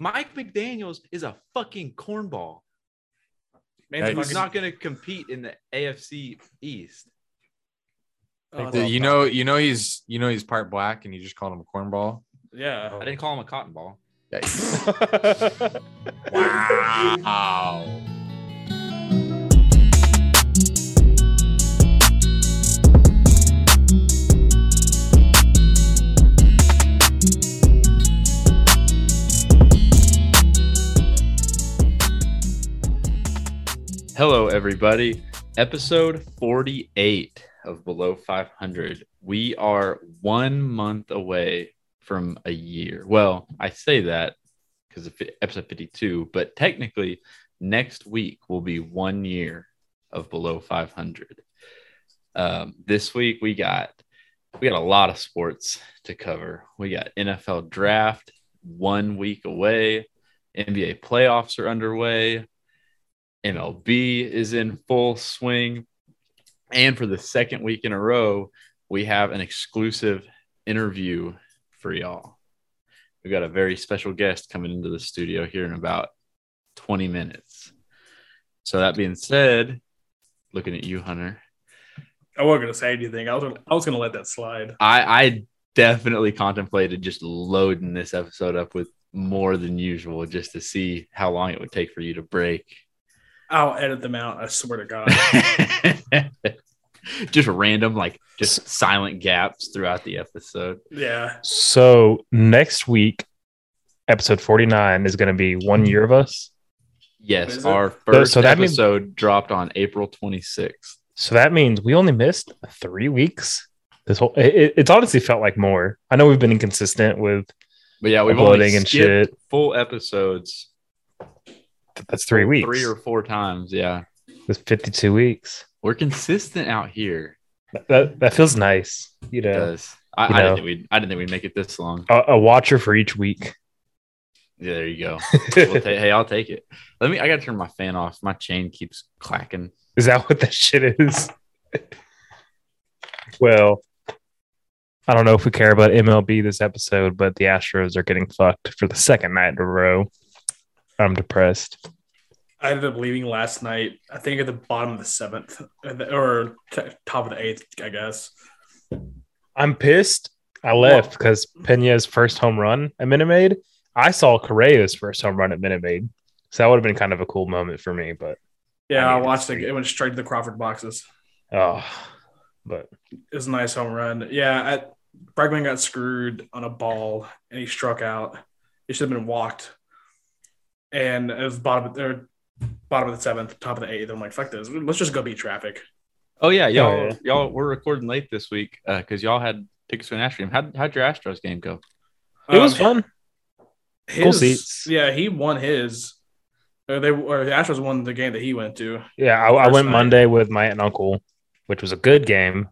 Mike McDaniels is a fucking cornball. Hey, He's fucking- not going to compete in the AFC East. Oh, Dude, that's- you know, you know he's you know he's part black, and you just called him a cornball. yeah. I didn't call him a cotton ball. Yikes. wow. Hello, everybody. Episode 48 of Below 500. We are one month away from a year. Well, I say that because of fi- episode 52, but technically, next week will be one year of Below 500. Um, this week we got we got a lot of sports to cover. We got NFL draft one week away. NBA playoffs are underway. MLB is in full swing. And for the second week in a row, we have an exclusive interview for y'all. We've got a very special guest coming into the studio here in about 20 minutes. So, that being said, looking at you, Hunter, I wasn't gonna say anything. I was I was gonna let that slide. I, I definitely contemplated just loading this episode up with more than usual just to see how long it would take for you to break I'll edit them out. I swear to God. just random, like just silent gaps throughout the episode. yeah. So next week, episode 49 is going to be one year of us. Yes, Is it? our first so that means- episode dropped on April 26th. So that means we only missed three weeks. This whole it, it- it's honestly felt like more. I know we've been inconsistent with But yeah, Oh, we've only uploading and skipped shit. full episodes That's three weeks. three or four times. Yeah, That's 52 weeks. we're consistent out here. That, that, that feels nice. You know, Does I, You I didn't know. think we would I didn't think we'd make it this long. a, a watcher for each week. Yeah, there you go. We'll ta- hey, I'll take it. Let me. I gotta turn my fan off. My chain keeps clacking. Is that what that shit is? well, I don't know if we care about MLB this episode, but the Astros are getting fucked for the second night in a row. I'm depressed. I ended up leaving last night. I think at the bottom of the seventh, or the- or t- top of the eighth, I guess. I'm pissed. I left because Pena's first home run at Minute Maid. I saw Correa's first home run at Minute Maid. So that would have been kind of a cool moment for me, but Yeah, I I, mean, watched it. It went straight to the Crawford boxes. oh, but It was a nice home run. Yeah, I, Bregman got screwed on a ball and he struck out. It should have been walked. And it was bottom of or bottom of the seventh, top of the eighth. I'm like, fuck this. Let's just go beat traffic. Oh yeah, y'all Oh, y'all we're recording late this week because y'all had tickets to an Astros game. How how'd your Astros game go? it was Um, fun. His, Cool seats. Yeah, he won his. Or they or the Astros won the game that he went to. Yeah, I, I first went night. Monday with my aunt and uncle, which was a good game.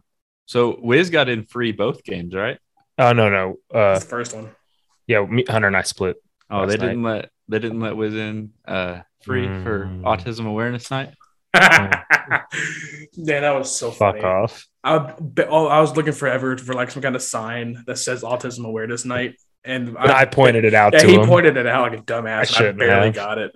So Wiz got in free both games, right? Oh no, no, uh, That's the first one. yeah, me, Hunter and I split. Oh, Last they didn't let they didn't let Wiz in uh, free for Mm. Autism Awareness Night. yeah, that was so Fuck funny. off. I, be- oh, I was looking forever for like some kind of sign that says Autism Awareness Night, and But I pointed it out Yeah, to he him. pointed it out like a dumbass. and I I shouldn't barely have. got it.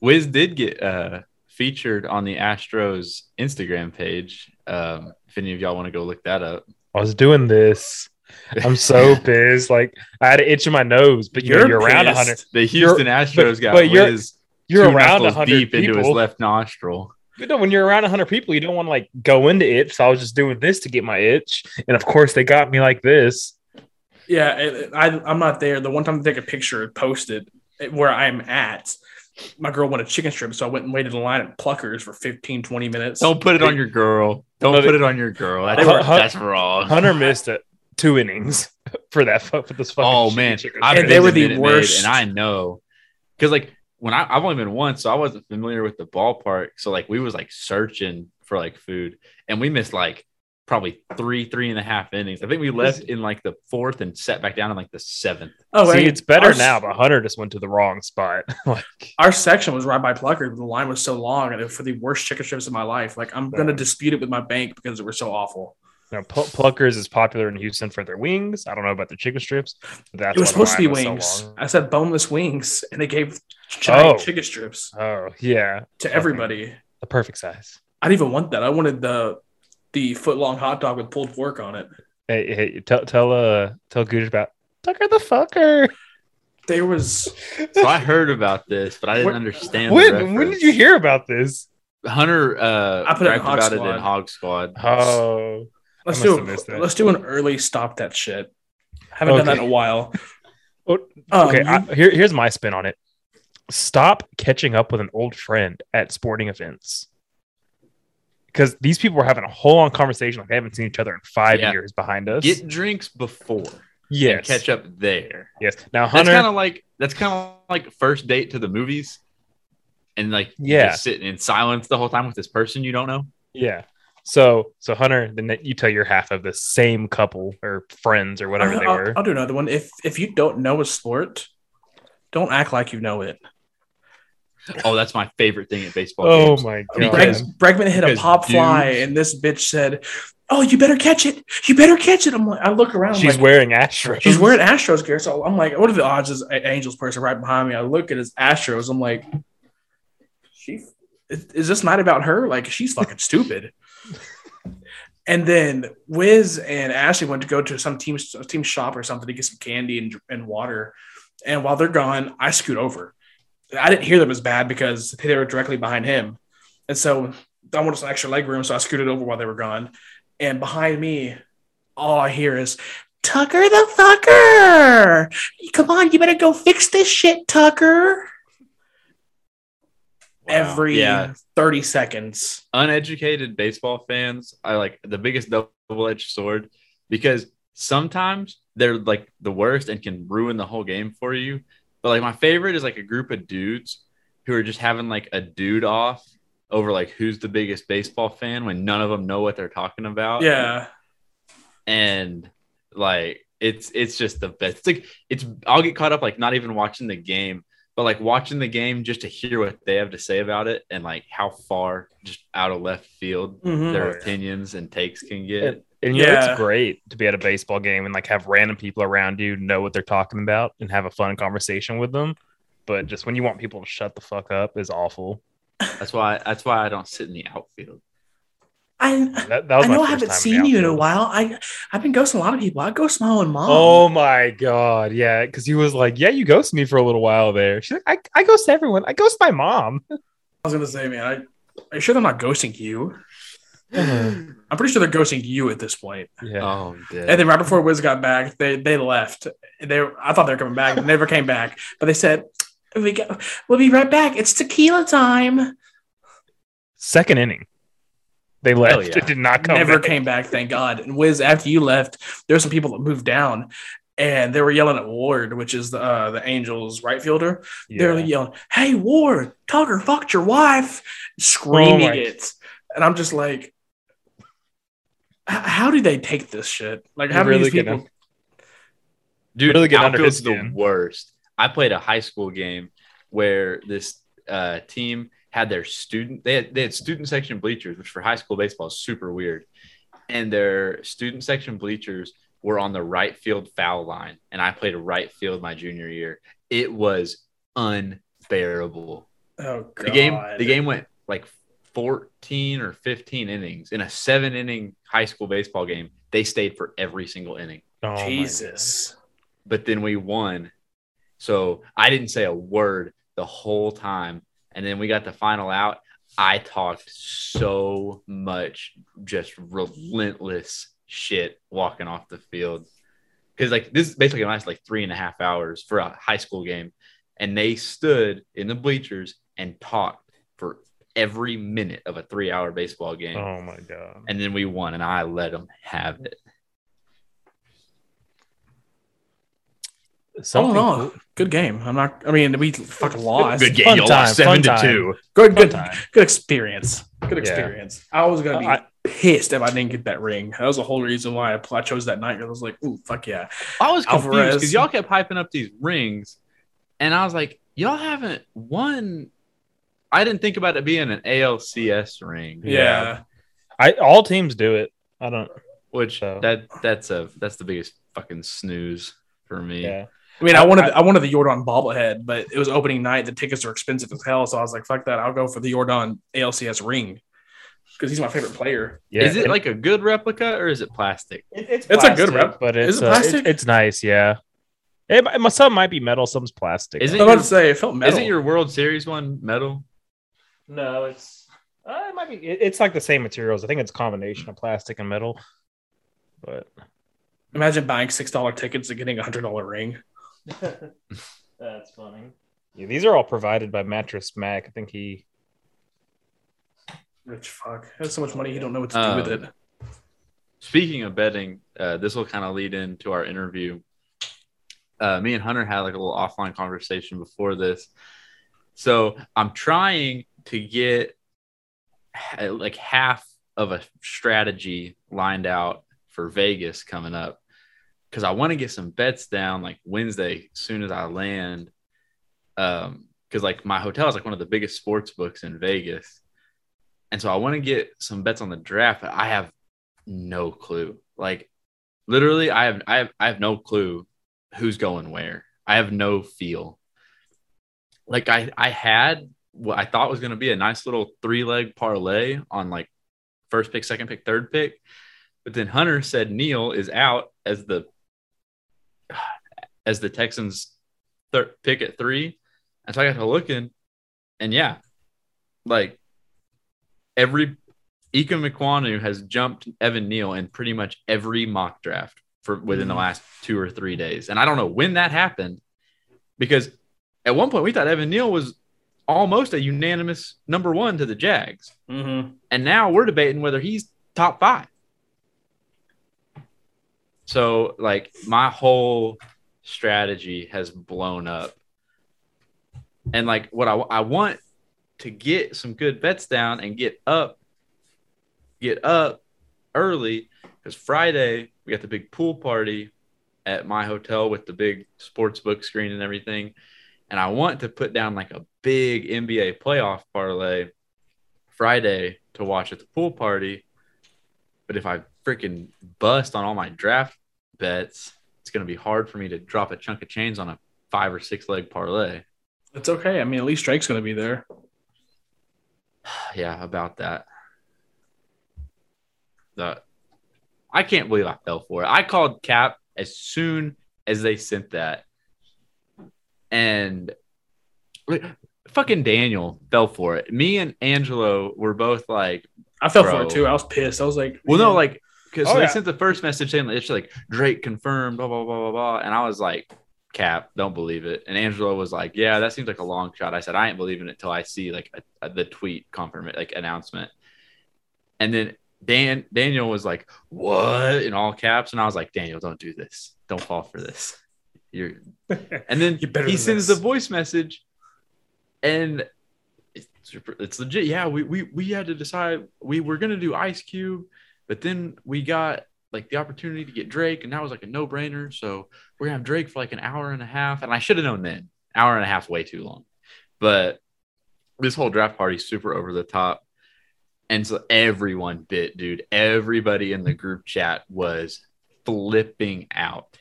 Wiz did get uh, featured on the Astros Instagram page. Um, if any of y'all want to go look that up, I was doing this. I'm so pissed. Like I had an itch in my nose, but you're, You're you're around pissed. hundred. the You're- Houston Astros got but you're- Wiz You're two around knuckles hundred deep people. into his left nostril. You know, when you're around hundred people, you don't want to like go into it. So I was just doing this to get my itch, and of course they got me like this. Yeah, it, it- I, I'm not there. The one time to take a picture and post it it- where I'm at, my girl wanted chicken strips, so I went and waited in line at Pluckers for 15, 20 minutes. Don't put it on your girl. Don't No, they- put it on your girl. That's, They were- that's wrong. Hunter missed it two innings for that fu- for this fucking. oh shitty man, chicken I've And been sandwich. they to were the Minute Maid, worst. and I know because like when I, I've only been once, so I wasn't familiar with the ballpark. So like we was like searching for like food, and we missed like probably three, three and a half innings. I think we left in like the fourth and sat back down in like the seventh. oh, See, and it's better our- now, but Hunter just went to the wrong spot. like Our section was right by Pluckers. The line was so long, and it- for the worst chicken strips of my life. Like I'm gonna Yeah. dispute it with my bank because they were so awful. You know, Pl- Pluckers is popular in Houston for their wings. I don't know about the chicken strips. But that's it was why the supposed to be line wings. was so long. I said boneless wings, and they gave giant Oh. chicken strips oh yeah, to Okay. everybody. the perfect size. I didn't even want that. I wanted the the foot long hot dog with pulled pork on it. Hey, hey tell tell uh tell Gooch about Tucker the fucker. There was So I heard about this, but I didn't When- understand. the When when did you reference. hear about this? Hunter? Uh, I put it in bragged Hog about it Squad. in Hog Squad. Oh, let's must do have missed a, that. let's do an early stop that shit. Haven't done that in Okay. a while. Oh, Um, okay. you- I, here, here's my spin on it. Stop catching up with an old friend at sporting events. Because these people were having a whole on conversation like they haven't seen each other in five Yeah. years behind us. Get drinks before. Yeah. yes. Catch up there. Yes. Now That's Hunter. kind of like that's kind of like first date to the movies, and like you're Yeah. just sitting in silence the whole time with this person you don't know. yeah. So so Hunter, then that- you tell your half of the same couple or friends or whatever Uh, I'll, they I'll- were. I'll do another one. If if you don't know a sport, don't act like you know it. Oh, that's my favorite thing at baseball. oh games. my god. Breg, Bregman hit a Because pop fly, dudes- and this bitch said, "Oh, you better catch it! You better catch it!" I'm like, I look around, I'm She's like, wearing Astros. she's wearing Astros gear, so I'm like, what are the odds? Is an Angels person right behind me? I look at his Astros, I'm like, she is is this not about her? Like she's fucking stupid. And then Wiz and Ashley went to go to some team team shop or something to get some candy and, and water. And while they're gone, I scoot over. I didn't hear them as bad because they were directly behind him. And so I wanted some extra leg room, so I scooted over while they were gone. And behind me, all I hear is Tucker the fucker. Come on, you better go fix this shit, Tucker. Every Yeah. 30 seconds. uneducated baseball fans are like the biggest double-edged sword because sometimes they're like the worst and can ruin the whole game for you. But like my favorite is like a group of dudes who are just having like a dude off over like who's the biggest baseball fan when none of them know what they're talking Uh, about. Yeah. And like it's it's just the best. It's like it's I'll get caught up like not even watching the game, but like watching the game just to hear what they have to say about it and like how far just out of left field Mm-hmm. their Oh, yeah. opinions and takes can get. And- And you know, Yeah. it's great to be at a baseball game and like have random people around you know what they're talking about and have a fun conversation with them. But just when you want people to shut the fuck up is awful. that's why that's why I don't sit in the outfield. I, That, that was I my know I first haven't time seen you in a outfield. while. I, I've been ghosting a lot of people. I ghost my own mom. Oh my god, yeah, because he was like, "Yeah, you ghosted me for a little while there." She's like, "I, I ghost everyone. I ghost my mom." I was going to say, man, I, are you sure they're not ghosting you? I'm pretty sure they're ghosting you at this point. Yeah, Oh, dude. And then right before Wiz got back, they they left. They I thought they were coming back, they never came back. But they said, "We go, we'll be right back. It's tequila time." second inning, they left. yeah. It did not come. never back. came back, thank God. And Wiz, after you left, there were some people that moved down, and they were yelling at Ward, which is the uh, the Angels right fielder. They were Yeah. yelling, "Hey Ward, Tucker fucked your wife," screaming Oh my- it. And I'm just like, "H- "How do they take this shit? Like, how do Really these get people?" Dude, Really get under outfield's his the skin. worst. I played a high school game where this uh, team had their student. They had they had student section bleachers, which for high school baseball is super weird. And their student section bleachers were on the right field foul line, and I played right field my junior year. It was unbearable. Oh God! The game the game went like 14 or 15 innings in a seven inning high school baseball game. They stayed for every single inning Oh my God. Jesus. but then we won. So I didn't say a word the whole time. And then we got the final out. I talked so much, just relentless shit walking off the field. Cause like this is basically lasts like three and a half hours for a high school game. And they stood in the bleachers and talked for every minute of a three hour baseball game. Oh my god. And then we won, and I let them have it. All in Something all, cool- Oh, good game. I'm not. I mean, we fucking lost. Good, game. Fun Y'all lost time, seven fun to time. two. good, good, time. good experience. Good Yeah. experience. I was gonna be I- pissed if I didn't get that ring. That was the whole reason why I, pl- I chose that night. 'cause I was like, ooh, fuck yeah. I was confused Alvarez. because y'all kept hyping up these rings, and I was like, y'all haven't won. I didn't think about it being an ALCS ring. Yeah. I all teams do it. I don't. Which So- that that's a that's the biggest fucking snooze for me. Yeah. I mean, I wanted I wanted the Jordan bobblehead, but it was opening night. The tickets are expensive as hell, so I was like, "Fuck that! I'll go for the Jordan ALCS ring because he's my favorite player." Yeah. Is it and like a good replica or is it plastic? it's, It's a good plastic, rep. but it's Is it uh, it- plastic? it's nice. Yeah. It, it- some might be metal, some's plastic. Is I it was about to say it felt metal. Isn't your World Series one metal? No, it's uh, it might be. it- it's like the same materials. I think it's a combination of plastic and metal. But Imagine buying six dollar tickets and getting a hundred dollar ring. that's funny. Yeah, these are all provided by Mattress Mac. I think he. Rich fuck has so much money he don't know what to do Um, with it. Speaking of betting, uh, this will kind of lead into our interview. Uh, me and Hunter had like a little offline conversation before this. So I'm trying to get ha- like half of a strategy lined out for Vegas coming up because I want to get some bets down like Wednesday as soon as I land. Um, because like my hotel is like one of the biggest sports books in Vegas. And so I want to get some bets on the draft, but I have no clue. Like literally, I have I have I have no clue who's going where. I have no feel. Like I I had what I thought was going to be a nice little three leg parlay on like first pick, second pick, third pick, but then Hunter said Neil is out as the as the Texans third pick at three, and so I got to looking, and yeah, like every Ika McQuanu has jumped Evan Neal in pretty much every mock draft for within the last two or three days. And I don't know when that happened because at one point we thought Evan Neal was almost a unanimous number one to the Jags. Mm-hmm. And now we're debating whether he's top five. So, like, my whole strategy has blown up. And, like, what I, I want to get some good bets down and get up, get up early because Friday we got the big pool party at my hotel with the big sports book screen and everything. And I want to put down like a big NBA playoff parlay Friday to watch at the pool party. But if I freaking bust on all my draft bets, it's going to be hard for me to drop a chunk of change on a five or six leg parlay. It's okay. I mean, at least Drake's gonna be there. yeah, about that. That I can't believe I fell for it. I called Cap as soon as they sent that, and like, fucking Daniel fell for it. Me and Angelo were both like, I fell for Bro. it too. I was pissed. I was like, well, no, like, because Oh, they yeah. sent the first message saying it's like Drake confirmed, blah blah blah blah blah, and I was like, Cap, don't believe it. And Angelo was like, Yeah, that seems like a long shot. I said, I ain't believing it till I see like a, a- the tweet confirm like announcement. And then Dan Daniel was like, What in all caps? And I was like, Daniel, don't do this. Don't fall for this. You're and then You're better he than sends this. the voice message and it's, it's legit yeah we, we we had to decide we were going to do ice cube but then we got like the opportunity to get drake and that was like a no-brainer so we're gonna have drake for like an hour and a half and i should have known then hour and a half way too long but this whole draft party is super over the top and so everyone bit dude everybody in the group chat was flipping out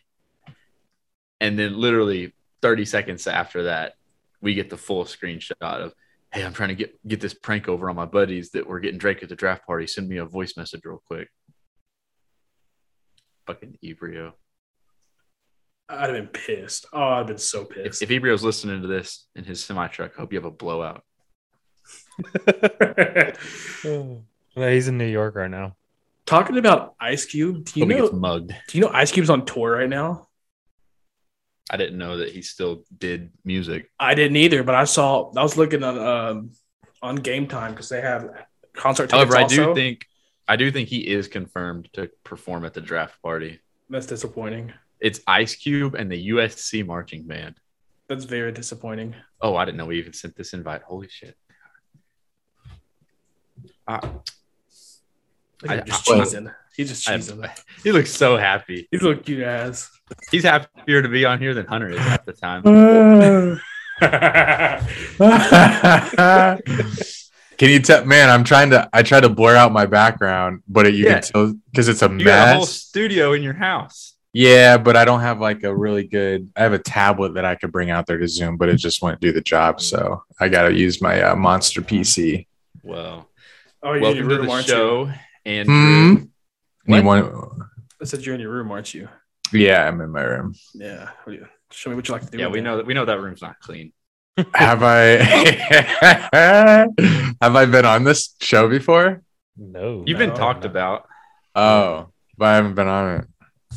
and then literally 30 seconds after that, we get the full screenshot of, hey, I'm trying to get get this prank over on my buddies that we're getting Drake at the draft party. Send me a voice message real quick. Fucking Ebrio. I'd have been pissed. Oh, I'd have been so If, pissed. if Ebrio's listening to this in his semi truck, hope you have a blowout. Oh. No, he's in New York right now. Talking about Ice Cube, do you Hope he know? gets mugged. Do you know Ice Cube's on tour right now? I didn't know that he still did music. I didn't either, but I saw. I was looking on um, on Game Time because they have concert tickets. However, I do also. think I do think he is confirmed to perform at the draft party. that's disappointing. It's Ice Cube and the USC marching band. That's very disappointing. Oh, I didn't know we even sent this invite. Holy shit. I- Look at him just I- cheesing. He's just I- cheesing. he looks so happy. He's little cute ass. He's happier to be on here than Hunter is half the time. Hunter Can you tell, man? I'm trying to. I try to blur out my background, but it, you Yeah. can tell because it's a You got a whole mess. studio in your house. Yeah, but I don't have like a really good. I have a tablet that I could bring out there to Zoom, but it just wouldn't do the job. So I got to use my uh, monster PC. Wow. Oh, you're in your Welcome to room, the aren't you? show, Andrew. Hmm. What? Anyone? I said you're in your room, aren't you? Yeah, I'm in my room. Yeah. What do you- Show me what you like to do. Yeah, with we it. know that we know that room's not clean. Have I? have I been on this show before? No, You've No, been talked no. about. Oh, but I haven't been on it.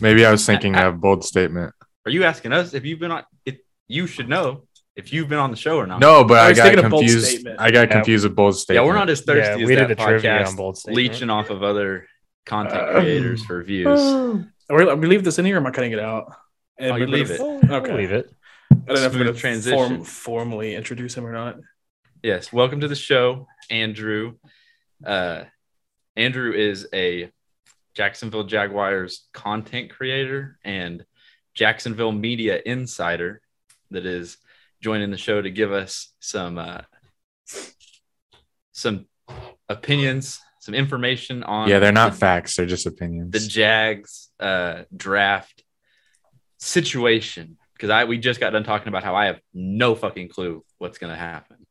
Maybe I was thinking I- I- a bold statement. Are you asking us if you've been on it? You should know if you've been on the show or not. No, but I I, was got thinking a bold confused. statement. I got Yeah. confused with bold Yeah, statement. we're not as thirsty Yeah, as we that did a podcast. trivia on bold statement. leeching off of other content Uh, creators for views. Are we, are we leave this in here or am I cutting it out? And Oh, you we're leave gonna- it. Okay, Okay. leave it. I don't know if we're Smooth going to transition. transition. Form, formally introduce him or not. Yes, welcome to the show, Andrew. Uh, Andrew is a Jacksonville Jaguars content creator and Jacksonville media insider that is joining the show to give us some uh, some opinions, some information on Yeah, they're not the- facts. They're just the opinions. Jags uh, draft situation because I we just got done talking about how I have no fucking clue what's gonna happen.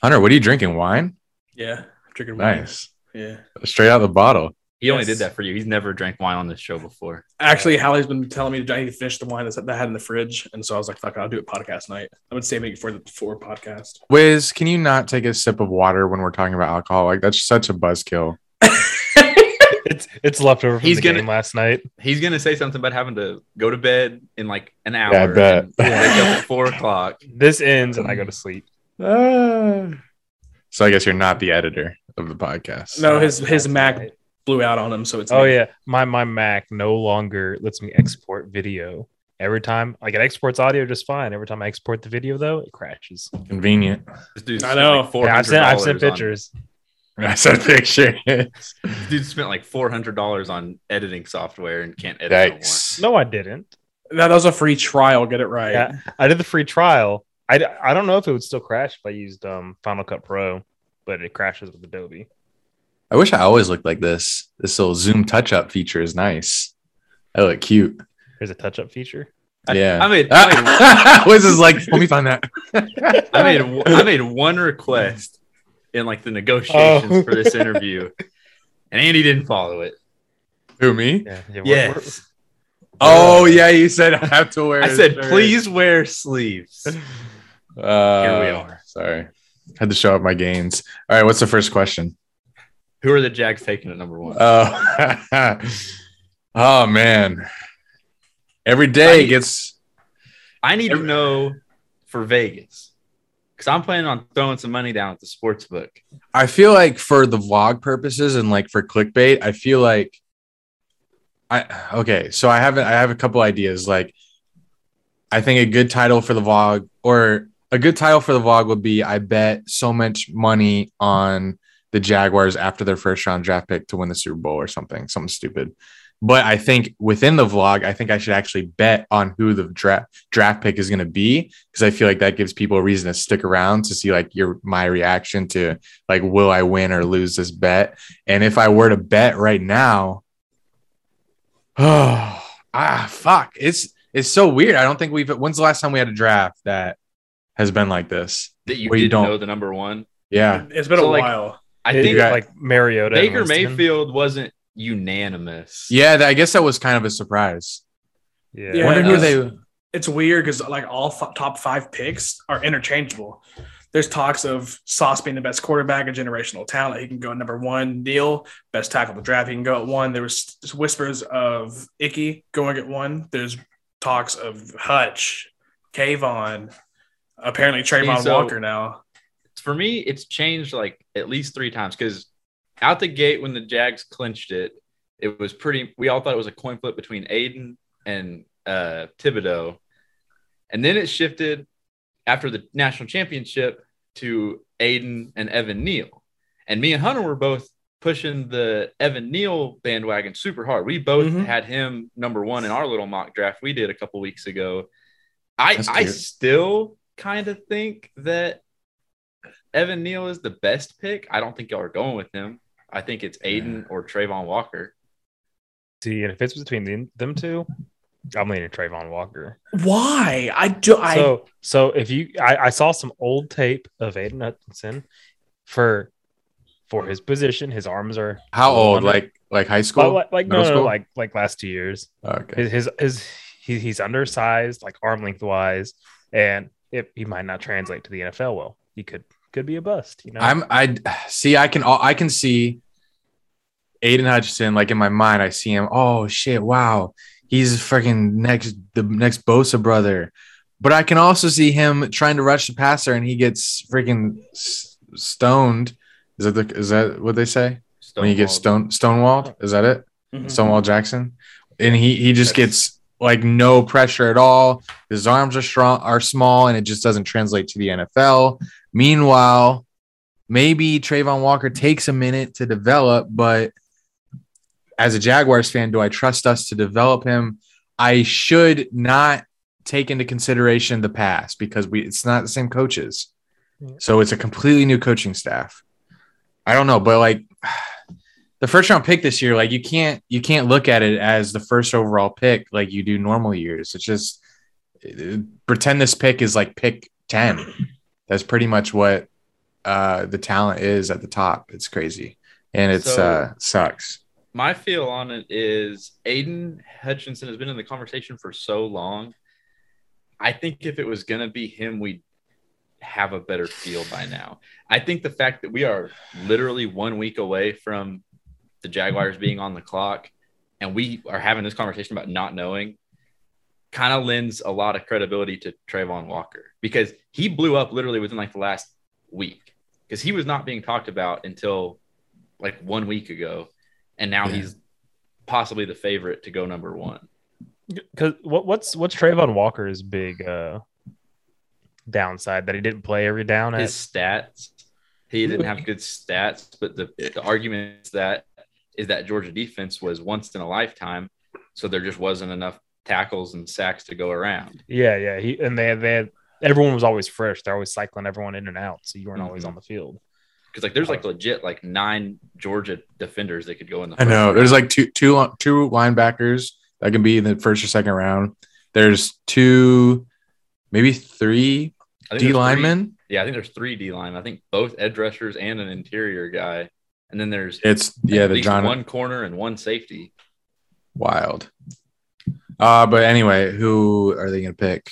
Hunter, what are you drinking? Wine? Yeah. Drinking wine. Nice. Yeah. Straight out the bottle. He only did Yes. that for you. He's never drank wine on this show before. Actually, Hallie's been telling me to I need to finish the wine that's, that I had in the fridge. And so I was like, fuck it, I'll do it podcast night. I've been saving it for the for podcast. Wiz, can you not take a sip of water when we're talking about alcohol? Like that's such a buzzkill. It's it's left over from He's the gonna- game last night. He's gonna say something about having to go to bed in like an hour. I bet. and wake up at four o'clock. This ends and I Mm. go to sleep. So I guess you're not the editor of the podcast. No, his his Last Mac night. blew out on him. So it's Oh me. yeah, my my Mac no longer lets me export video. Every time, like it exports audio just fine. Every time I export the video, though, it crashes. Convenient. This dude I know. Yeah, I've sent I've sent pictures. I sent a picture. This dude spent like four hundred dollars on editing software and can't edit no more. Yikes. No, I didn't. That was a free trial. Get it right. Yeah, I did the free trial. I, d- I don't know if it would still crash if I used um Final Cut Pro, but it crashes with Adobe. I wish I always looked like this. This little Zoom touch up feature is nice. I look cute. There's a touch up feature. Yeah. I made I made Ah, Wiz is like, let me find that. I made w- I made one request in like the negotiations Oh. for this interview, and Andy didn't follow it. Who me? Yeah. yeah, we're- we're- Yes, Oh yeah, you said I have to wear. I a said shirt. please wear sleeves. Uh, Here we are. Sorry, had to show up my gains. All right, what's the first question? Who are the Jags taking at number uh, one? Oh, oh man, every day I- gets. I need to know for Vegas because I'm planning on throwing some money down at the sports book. I feel like for the vlog purposes and like for clickbait, I feel like. I okay, so I have I have a couple ideas. Like, I think a good title for the vlog or a good title for the vlog would be I bet so much money on the Jaguars after their first round draft pick to win the Super Bowl or something, something stupid. But I think within the vlog, I think I should actually bet on who the draft draft pick is going to be because I feel like that gives people a reason to stick around to see like your my reaction to like will I win or lose this bet? And if I were to bet right now, oh ah fuck, it's it's so weird. I don't think we've. When's the last time we had a draft that has been like this? That you Well, you didn't don't. know the number one. Yeah, It's been So, a like, while. I it- think got- like Mariota. and Baker Winston. Mayfield wasn't unanimous. yeah. That, I guess that was kind of a surprise. Yeah. Yeah. Wonder who Uh, they. It's weird because like all f- top five picks are interchangeable. There's talks of Sauce being the best quarterback, a generational talent. He can go at number one. Neal, best tackle of the draft. He can go at one. There was whispers of Icky going at one. There's talks of Hutch, Kayvon, apparently Trayvon so- Walker now. for me, it's changed like at least three times because out the gate when the Jags clinched it, it was pretty. We all thought it was a coin flip between Aiden and uh, Thibodeau, and then it shifted after the national championship to Aiden and Evan Neal, and me and Hunter were both pushing the Evan Neal bandwagon super hard. We both Mhm. had him number one in our little mock draft we did a couple weeks ago. I That's I cute. still kind of think that Evan Neal is the best pick. I don't think y'all are going with him. I think it's Aiden or Trayvon Walker. See, and if it's between the, them two, I'm leaning Trayvon Walker. Why? I do. I so, so if you, I, I saw some old tape of Aiden Hutchinson for for his position. His arms are How old? Wonder- Like like high school? oh, like like no, Middle no, no, school? like like last two years. okay. His his, his he, he's undersized, like arm length wise, and it, he might not translate to the NFL well. He could could be a bust. You know, I'm I see I can all I can see Aiden Hutchinson like in my mind I see him oh shit wow he's freaking next the next Bosa brother but I can also see him trying to rush the passer and he gets freaking s- stoned is that the, is that what they say when you get stone stonewalled is that it Mhm. Stonewall Jackson and he he just That's- gets like no pressure at all his arms are strong are small and it just doesn't translate to the NFL meanwhile maybe Trayvon Walker takes a minute to develop, but as a Jaguars fan, do I trust us to develop him? I should not take into consideration the past because we it's not the same coaches. So it's a completely new coaching staff. I don't know, but like the first round pick this year, like you can't you can't look at it as the first overall pick like you do normal years. It's just eh, pretend this pick is like pick 10. That's pretty much what uh the talent is at the top. It's crazy. And it's So- uh sucks. My feel on it is Aiden Hutchinson has been in the conversation for so long. I think if it was going to be him, we'd have a better feel by now. I think the fact that we are literally one week away from the Jaguars being on the clock and we are having this conversation about not knowing kind of lends a lot of credibility to Trayvon Walker because he blew up literally within like the last week because he was not being talked about until like one week ago. And now Yeah. he's possibly the favorite to go number one. because what what's what's Trayvon Walker's big uh downside that he didn't play every down his at stats. He didn't have good stats, but the, the argument is that is that Georgia defense was once in a lifetime, so there just wasn't enough tackles and sacks to go around. Yeah, yeah. He and they they had, everyone was always fresh. They're always cycling everyone in and out, so you weren't always Mhm. on the field. Because like there's like legit like nine Georgia defenders that could go in the. I first know. round. There's like two two two linebackers that can be in the first or second round. There's two, maybe three I think D there's three- linemen. Yeah, I think there's three D line. I think both edge rushers and an interior guy, and then there's It's yeah, at the least John one corner and one safety. Wild. Uh, but anyway, who are they going to pick?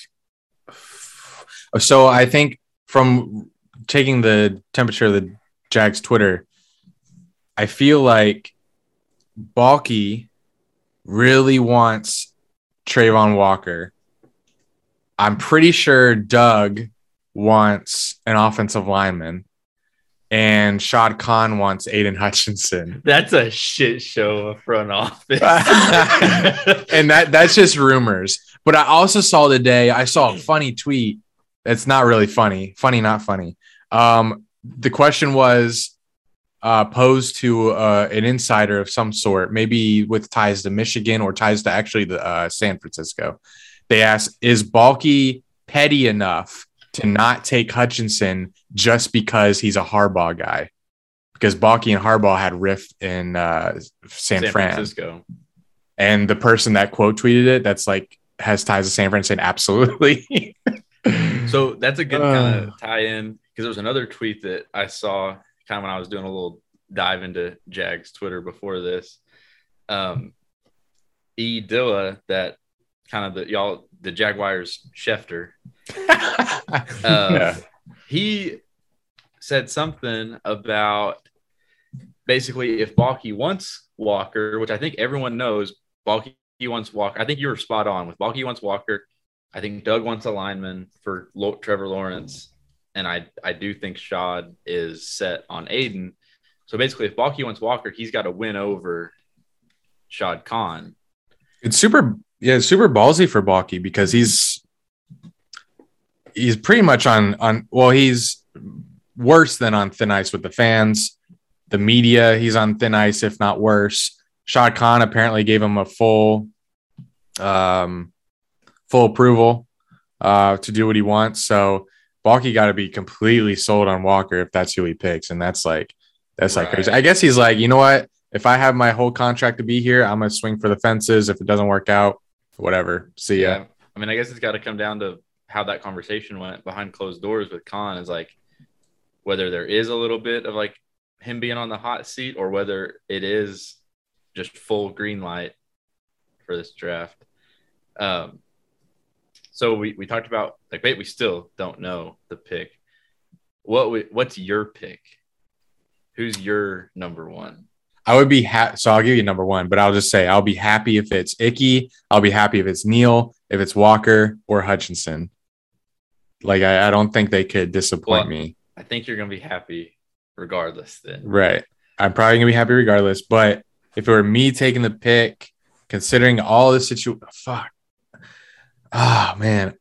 So I think from taking the temperature of the Jags Twitter, I feel like Balky really wants Trayvon Walker. I'm pretty sure Doug wants an offensive lineman, and Shad Khan wants Aiden Hutchinson. That's a shit show of front office. and that that's just rumors. But I also saw today, I saw a funny tweet. That's not really funny. Funny, not funny. Um, the question was uh, posed to uh, an insider of some sort, maybe with ties to Michigan or ties to actually the uh, San Francisco. They asked, "Is Balky petty enough to not take Hutchinson just because he's a Harbaugh guy?" Because Balky and Harbaugh had riff in uh, San, San Fran. Francisco. And the person that quote tweeted it, that's like has ties to San Fran, said absolutely. So that's a good kind Uh. of tie in because there was another tweet that I saw kind of when I was doing a little dive into Jag's Twitter before this. Um, e Dilla, that kind of the y'all, the Jaguars Schefter, uh, Yeah. he said something about basically if Balky wants Walker, which I think everyone knows, Balky wants Walker. I think you were spot on with Balky wants Walker. I think Doug wants a lineman for Lo- Trevor Lawrence, and I I do think Shad is set on Aiden. So basically, if Balky wants Walker, he's got to win over Shad Khan. it's super yeah, it's super ballsy for Balky because he's he's pretty much on on well, he's worse than on thin ice with the fans, the media, he's on thin ice, if not worse. Shad Khan apparently gave him a full um full approval uh to do what he wants. So Balky got to be completely sold on Walker if that's who he picks, and that's like that's like Right. crazy. I guess he's like, you know what? If I have my whole contract to be here, I'm gonna swing for the fences. If it doesn't work out, whatever. See ya. I mean, I guess it's got to come down to how that conversation went behind closed doors with Khan is like whether there is a little bit of like him being on the hot seat or whether it is just full green light for this draft. Um, so we, we talked about like wait we still don't know the pick. What we, what's your pick? Who's your number one? I would be happy. So I'll give you number one, but I'll just say I'll be happy if it's Icky. I'll be happy if it's Neil, if it's Walker or Hutchinson. Like I, I don't think they could disappoint Well- me. I think you're gonna be happy regardless. Then Right. I'm probably gonna be happy regardless. But if it were me taking the pick, considering all the situation, fuck. Oh man.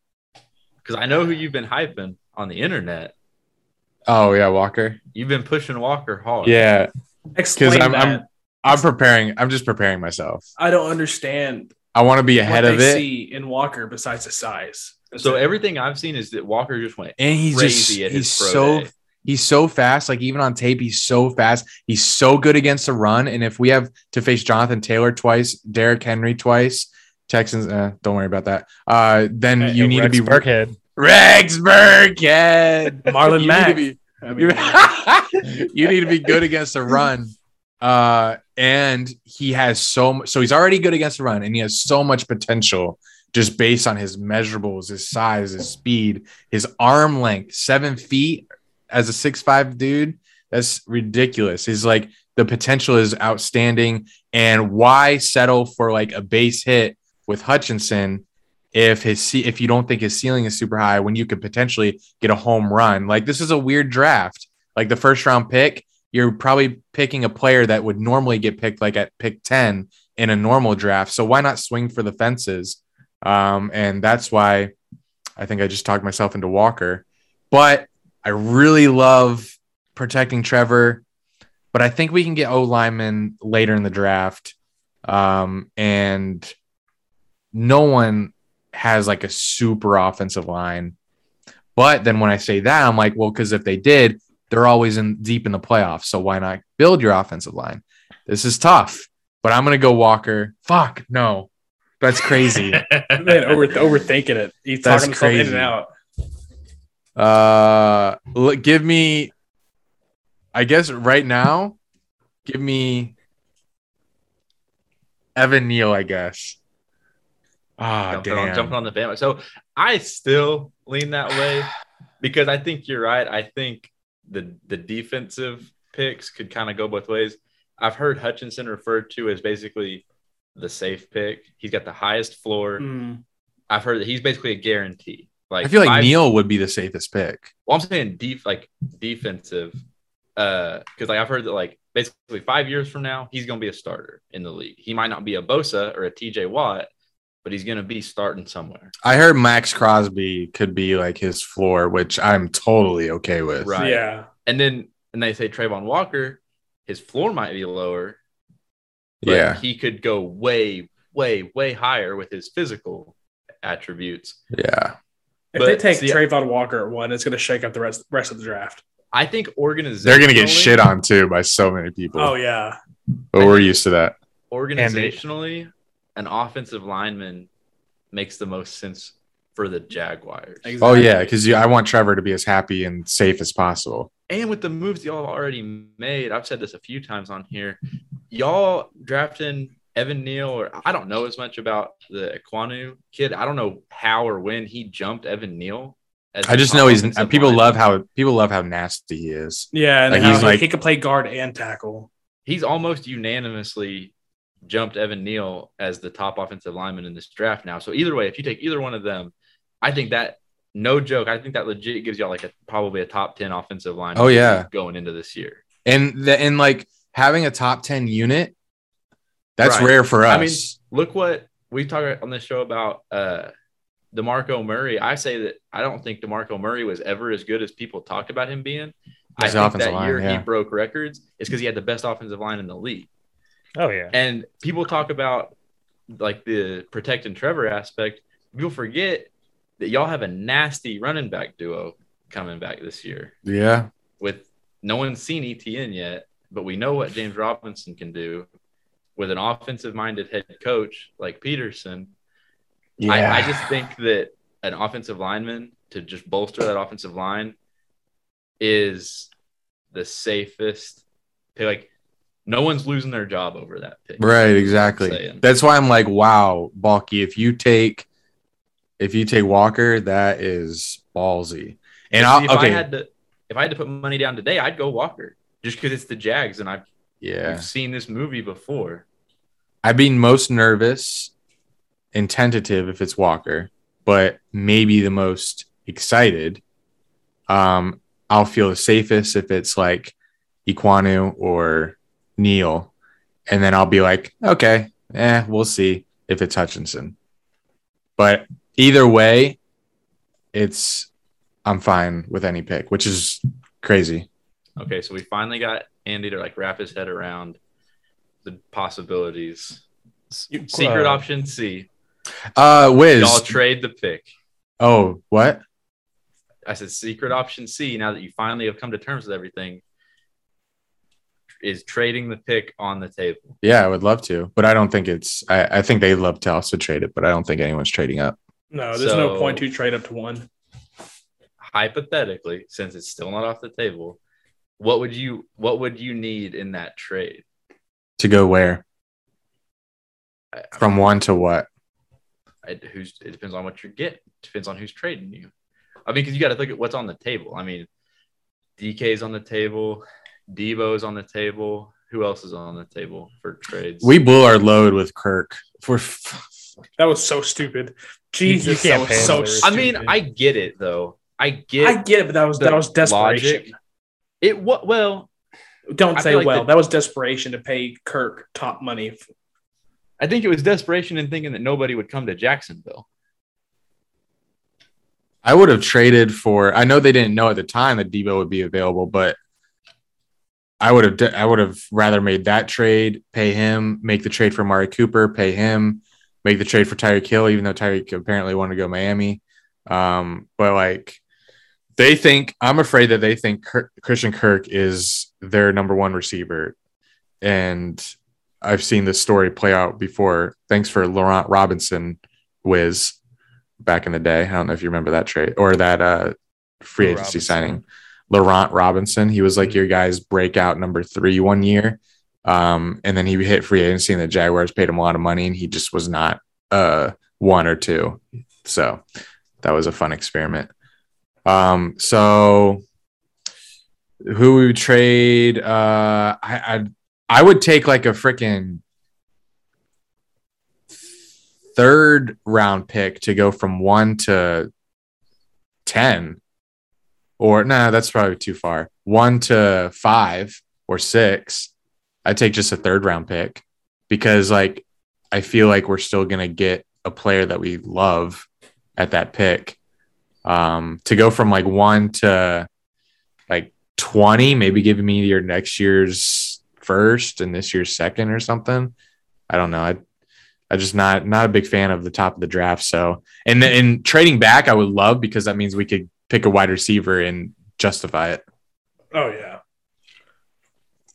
because I know who you've been hyping on the internet. Oh yeah, Walker. You've been pushing Walker hard. Yeah, Explain because I'm, that. I'm I'm preparing. I'm just preparing myself. I don't understand I want to be ahead what of they it, see in Walker besides his size. That's So it. everything I've seen is that Walker just went and he's crazy just at he's his pro so day. He's so fast. Like even on tape, he's so fast. He's so good against the run. And if we have to face Jonathan Taylor twice, Derrick Henry twice, Texans, uh, don't worry about that. Uh, then you need to be Burkhead. Rex Burkhead, Marlon You Mack. Need I to mean, be, you need to be good against the run. Uh, and he has so much. So he's already good against the run, and he has so much potential just based on his measurables, his size, his speed, his arm length, seven feet as a six five dude. That's ridiculous. He's like the potential is outstanding. And why settle for like a base hit with Hutchinson if his ce- if you don't think his ceiling is super high when you could potentially get a home run? Like this is a weird draft. Like the first round pick, you're probably picking a player that would normally get picked like at pick 10 in a normal draft. So why not swing for the fences? Um, and that's why I think I just talked myself into Walker. But I really love protecting Trevor, but I think we can get O lineman later in the draft. Um, and no one has like a super offensive line. But then when I say that, I'm like, well, because if they did, they're always in deep in the playoffs. So why not build your offensive line? This is tough, but I'm gonna go Walker. Fuck no, that's crazy. man, over, overthinking it. He's That's talking himself in crazy. and out. Uh, l- give me. I guess right now, give me Evan Neal. I guess. Ah, jumping, on, damn. jumping on the bandwagon. So I still lean that way because I think you're right. I think the the defensive picks could kind of go both ways. I've heard Hutchinson referred to as basically the safe pick. He's got the highest floor. Mm. I've heard that he's basically a guarantee. Like I feel like five- Neal would be the safest pick. Well, I'm saying deep, like defensive, uh, because like I've heard that like basically five years from now he's gonna be a starter in the league. He might not be a Bosa or a TJ Watt, but he's gonna be starting somewhere. I heard Max Crosby could be like his floor, which I'm totally okay with. Right. Yeah. And then and they say Trayvon Walker, his floor might be lower, but Yeah. he could go way, way, way higher with his physical attributes. Yeah. If But they take see- Trayvon Walker at one, it's going to shake up the rest rest of the draft. I think organizationally They're gonna get shit on too by so many people. Oh yeah, But we're used to that. organizationally, an offensive lineman makes the most sense for the Jaguars. Exactly. Oh yeah, because I want Trevor to be as happy and safe as possible. And with the moves y'all have already made, I've said this a few times on here. Y'all drafting Evan Neal, or I don't know as much about the Aquanu kid. I don't know how or when he jumped Evan Neal. as I the just know he's offensive people lineman. love how people love how nasty he is. yeah. And Like, how he's he- like- he could play guard and tackle. he's almost unanimously jumped Evan Neal as the top offensive lineman in this draft now. So either way, if you take either one of them, I think that no joke, I think that legit gives y'all like a probably a top 10 offensive line Oh, yeah. going into this year. And the and like having a top 10 unit, that's Right. rare for us. I mean, look what we talked on this show about uh DeMarco Murray. I say that I don't think DeMarco Murray was ever as good as people talk about him being. I His think offensive that line, year yeah. he broke records is because he had the best offensive line in the league. Oh yeah. And people talk about like the protect and Trevor aspect. People forget that y'all have a nasty running back duo coming back this year Yeah. with no one's seen ETN yet, but we know what James Robinson can do with an offensive minded head coach like Peterson. Yeah. I, I just think that an offensive lineman to just bolster that offensive line is the safest pick. Like, no one's losing their job over that pick. Right, exactly. Saying. That's why I'm like, wow, Balky, if you take if you take Walker, that is ballsy. And See, I'll if okay. I had to, if I had to put money down today, I'd go Walker just because it's the Jags and I've yeah. we've seen this movie before. I'd be most nervous and tentative if it's Walker, but maybe the most excited. Um, I'll feel the safest if it's like Iquanu or Neil, and then I'll be like, okay, eh, we'll see if it's Hutchinson. But either way, it's I'm fine with any pick, which is crazy. Okay, so we finally got Andy to like wrap his head around the possibilities. Secret Uh, option C. Uh, Wiz. Y'all trade the pick. oh, what? I said secret option C. Now that you finally have come to terms with everything, is trading the pick on the table. Yeah, I would love to, but I don't think it's. I, I think they'd love to also trade it, but I don't think anyone's trading up. No, there's So- no point to trade up to one. Hypothetically, since it's still not off the table, what would you what would you need in that trade? To go where? I- I- From one to what? it, who's it depends on what you get. Depends on who's trading you. I mean, because you got to look at what's on the table. I mean, DK's on the table, Debo's on the table. Who else is on the table for trades? We blew our load with Kirk. For That was so stupid. you Jesus, can't that pay was so. another- I Stupid. mean, I get it though. I get I get it, but that was the that was desperation. logic. it. What? Well, Don't I say feel like well. the- that was desperation to pay Kirk top money. I think it was desperation and thinking that nobody would come to Jacksonville. I would have traded for. I know they didn't know at the time that Debo would be available, but I would have. de- I would have rather made that trade, pay him, make the trade for Mari Cooper, pay him, make the trade for Tyreek Hill, even though Tyreek apparently wanted to go Miami. Um, but like, they think I'm afraid that they think Kirk, Christian Kirk is their number one receiver, and I've seen this story play out before. Thanks for Laurent Robinson, Wiz, back in the day. I don't know if you remember that trade or that uh, free Laurent agency Robinson. Mm-hmm. signing. Laurent Robinson, he was like your guy's breakout number three one year, um, and then he hit free agency, and the Jaguars paid him a lot of money, and he just was not uh, one or two. So that was a fun experiment. Um, so who we would trade? Uh, I, I I would take like a freaking third round pick to go from one to ten, or no, that's probably too far. One to five or six. I take just a third round pick because like I feel like we're still gonna get a player that we love at that pick um, to go from like one to like 20, maybe giving me your next year's first and this year's second or something. I don't know. I, I just not, not a big fan of the top of the draft. So, and then and trading back, I would love because that means we could pick a wide receiver and justify it. Oh yeah.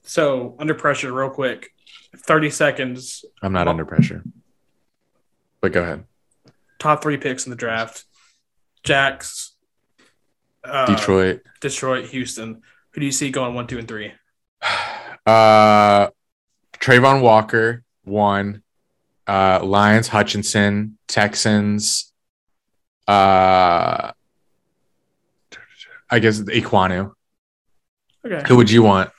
So under pressure, real quick, thirty seconds. I'm not under pressure, but go ahead. Top three picks in the draft: Jacks, uh, Detroit. Detroit, Houston. Who do you see going one, two, and three? Uh, Trayvon Walker one, uh, Lions Hutchinson Texans. Uh, I guess Iquanu. Okay. Who would you want?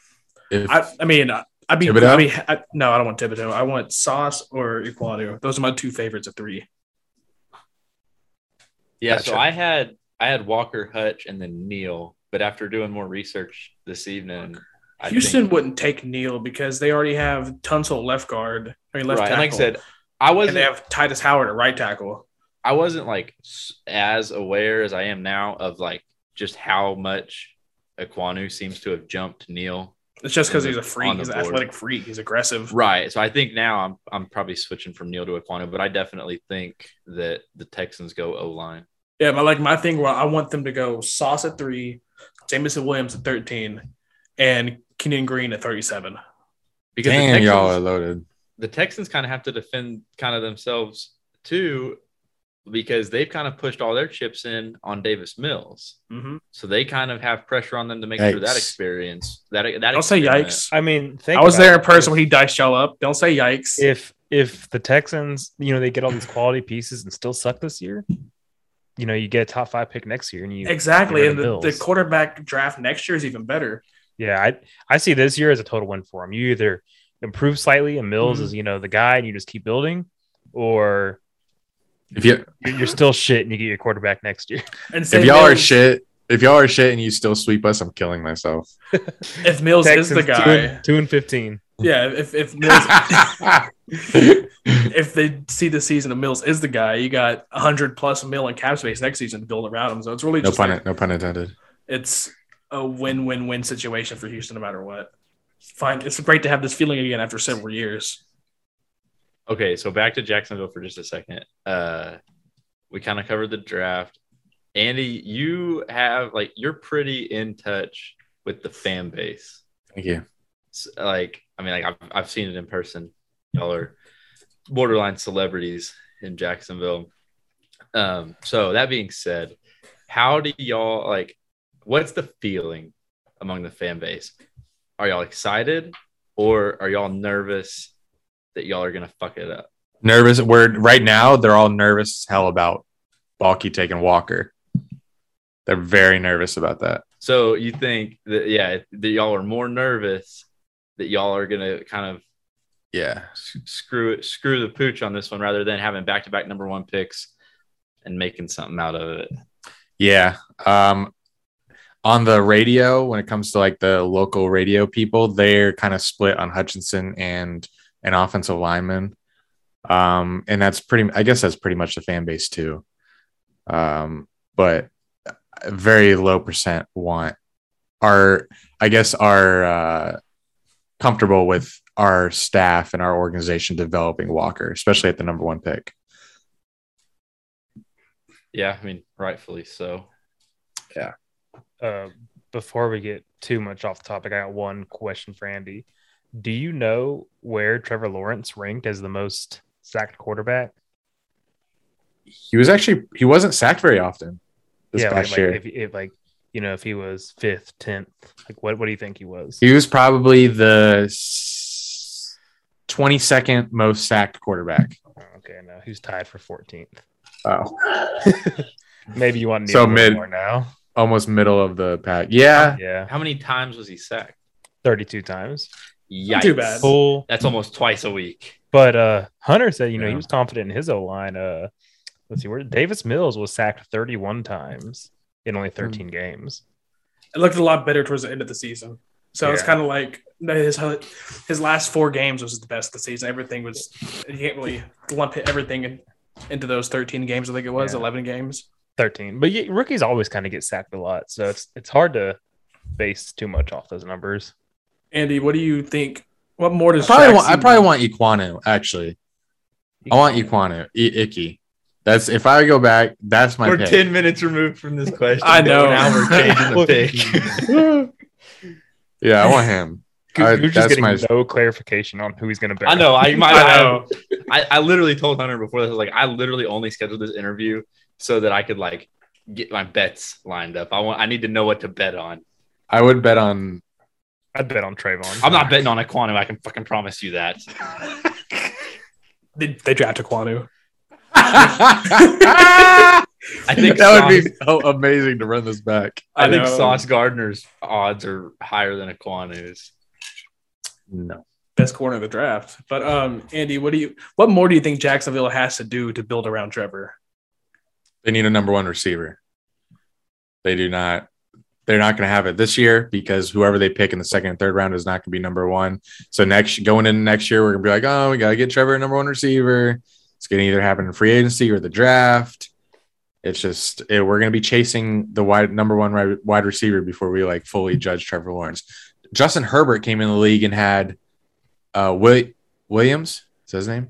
If I, I mean, I- I'd be, Thibodeau? I'd be I, no, I don't want Thibodeau. I want Sauce or Equalio. Those are my two favorites of three. Yeah, so Gotcha. I had I had Walker Hutch and then Neil, but after doing more research this evening, I Houston think- wouldn't take Neal because they already have Tunsil left guard. I mean, left right. tackle. And like I said, I and wasn't they have Titus Howard at right tackle. I wasn't like s- as aware as I am now of like just how much Aquanu seems to have jumped Neil. It's just because On the- he's a freak. on the He's an board. athletic freak. He's aggressive. Right. So I think now I'm I'm probably switching from Neil to Aquanu, but I definitely think that the Texans go O line. Yeah, but like my thing where I want them to go Sauce at three, Jamison Williams at thirteen, and Kenyon Green at thirty-seven. because the Damn, Texans, y'all are loaded. the Texans kind of have to defend kind of themselves too, because they've kind of pushed all their chips in on Davis Mills. Mm-hmm. So they kind of have pressure on them to make sure that Yikes. experience that that Don't say experiment- yikes. I mean, think I was about there it. in person when he diced y'all up. Don't say yikes. If if the Texans, you know, they get all these quality pieces and still suck this year, you know, you get a top five pick next year, and you exactly, You're and the the, the Bills. quarterback draft next year is even better. Yeah, I I see this year as a total win for him. You either improve slightly, and Mills Mhm. is you know the guy, and you just keep building, or If you you're you're still shit and you get your quarterback next year. And if say y'all are Mills- shit, if y'all are shit and you still sweep us, I'm killing myself. if Mills is the Texans two and- guy, two and fifteen. yeah. If if Mills, That's if they see the season of Mills is the guy, you got hundred plus mil in cap space next season to build around him. So it's really no just pun like- no pun intended. it's a win-win-win situation for Houston, no matter what. Fine, it's great to have this feeling again after several years. Okay, so back to Jacksonville for just a second. Uh, we kind of covered the draft. Andy, you have like you're pretty in touch with the fan base. Thank you. S- like, I mean, like I've, I've seen it in person. Y'all are borderline celebrities in Jacksonville. Um, so that being said, how do y'all like? What's the feeling among the fan base? Are y'all excited or are y'all nervous that y'all are gonna fuck it up? Nervous. We're right now. They're all nervous as hell about Balky taking Walker. They're very nervous about that. So you think that yeah, that y'all are more nervous that y'all are gonna kind of Yeah. s- screw it, screw the pooch on this one rather than having back to back number one picks and making something out of it. Yeah. Um, on the radio, when it comes to like the local radio people, they're kind of split on Hutchinson and an offensive lineman. Um, and that's pretty, I guess that's pretty much the fan base too. Um, but a very low percent want are, I guess, are uh, comfortable with our staff and our organization developing Walker, especially at the number one pick. Yeah, I mean rightfully so. Uh, before we get too much off the topic, I got one question for Andy. Do you know where Trevor Lawrence ranked as the most sacked quarterback? He was actually, he wasn't sacked very often this yeah, past like, year. like if, if like you know if he was fifth, tenth, like what what do you think he was? He was probably the s- 22nd most sacked quarterback. Oh, Okay, no, he's tied for 14th. Oh, Maybe you want to So so mid mid. more now. almost middle of the pack. Yeah, Yeah, How many times was he sacked? 32 times. Yikes. too bad. Cool. That's almost twice a week. But uh Hunter said, you know, he Yeah. was confident in his O line. Uh let's see where Davis Mills was sacked 31 times in only Hmm. 13 games. It looked a lot better towards the end of the season. So it's Yeah. kind of like his his last four games was the best of the season. Everything was you can't really lump everything in, into those thirteen games. I think it was Yeah. eleven games. 13. But yeah, rookies always kind of get sacked a lot. So it's it's hard to base too much off those numbers. Andy, what do you think? What more I does probably want. I Jackson- probably want Iquanu. Actually, I want Iquanu. I- Icky. That's if I go back. That's my we're pick. ten minutes removed from this question. I but know. Now we're changing the pick. yeah, I want him. I- You're just that's getting my- no clarification on who he's going to bet. I know. I, my, I know. I, I literally told Hunter before this, like, I literally only scheduled this interview so that I could like get my bets lined up. I want, I need to know what to bet on. I would bet on. I'd bet on Trayvon. I'm not betting on a quantum. I can fucking promise you that. They, they drafted Quanu. I I think that would Sauce- be so amazing to run this back. I, think know. Sauce Gardner's odds are higher than a quantum's. No, best corner of the draft. But um, Andy, what do you? What more do you think Jacksonville has to do to build around Trevor? they need a number one receiver. They do not. They're not going to have it this year because whoever they pick in the second and third round is not going to be number one. So next, going into next year, we're going to be like, oh, we got to get Trevor a number one receiver. It's going to either happen in free agency or the draft. It's just it, we're going to be chasing the wide number one ri- wide receiver before we like fully judge Trevor Lawrence. Justin Herbert came in the league and had uh, Will- Williams. Is that his name?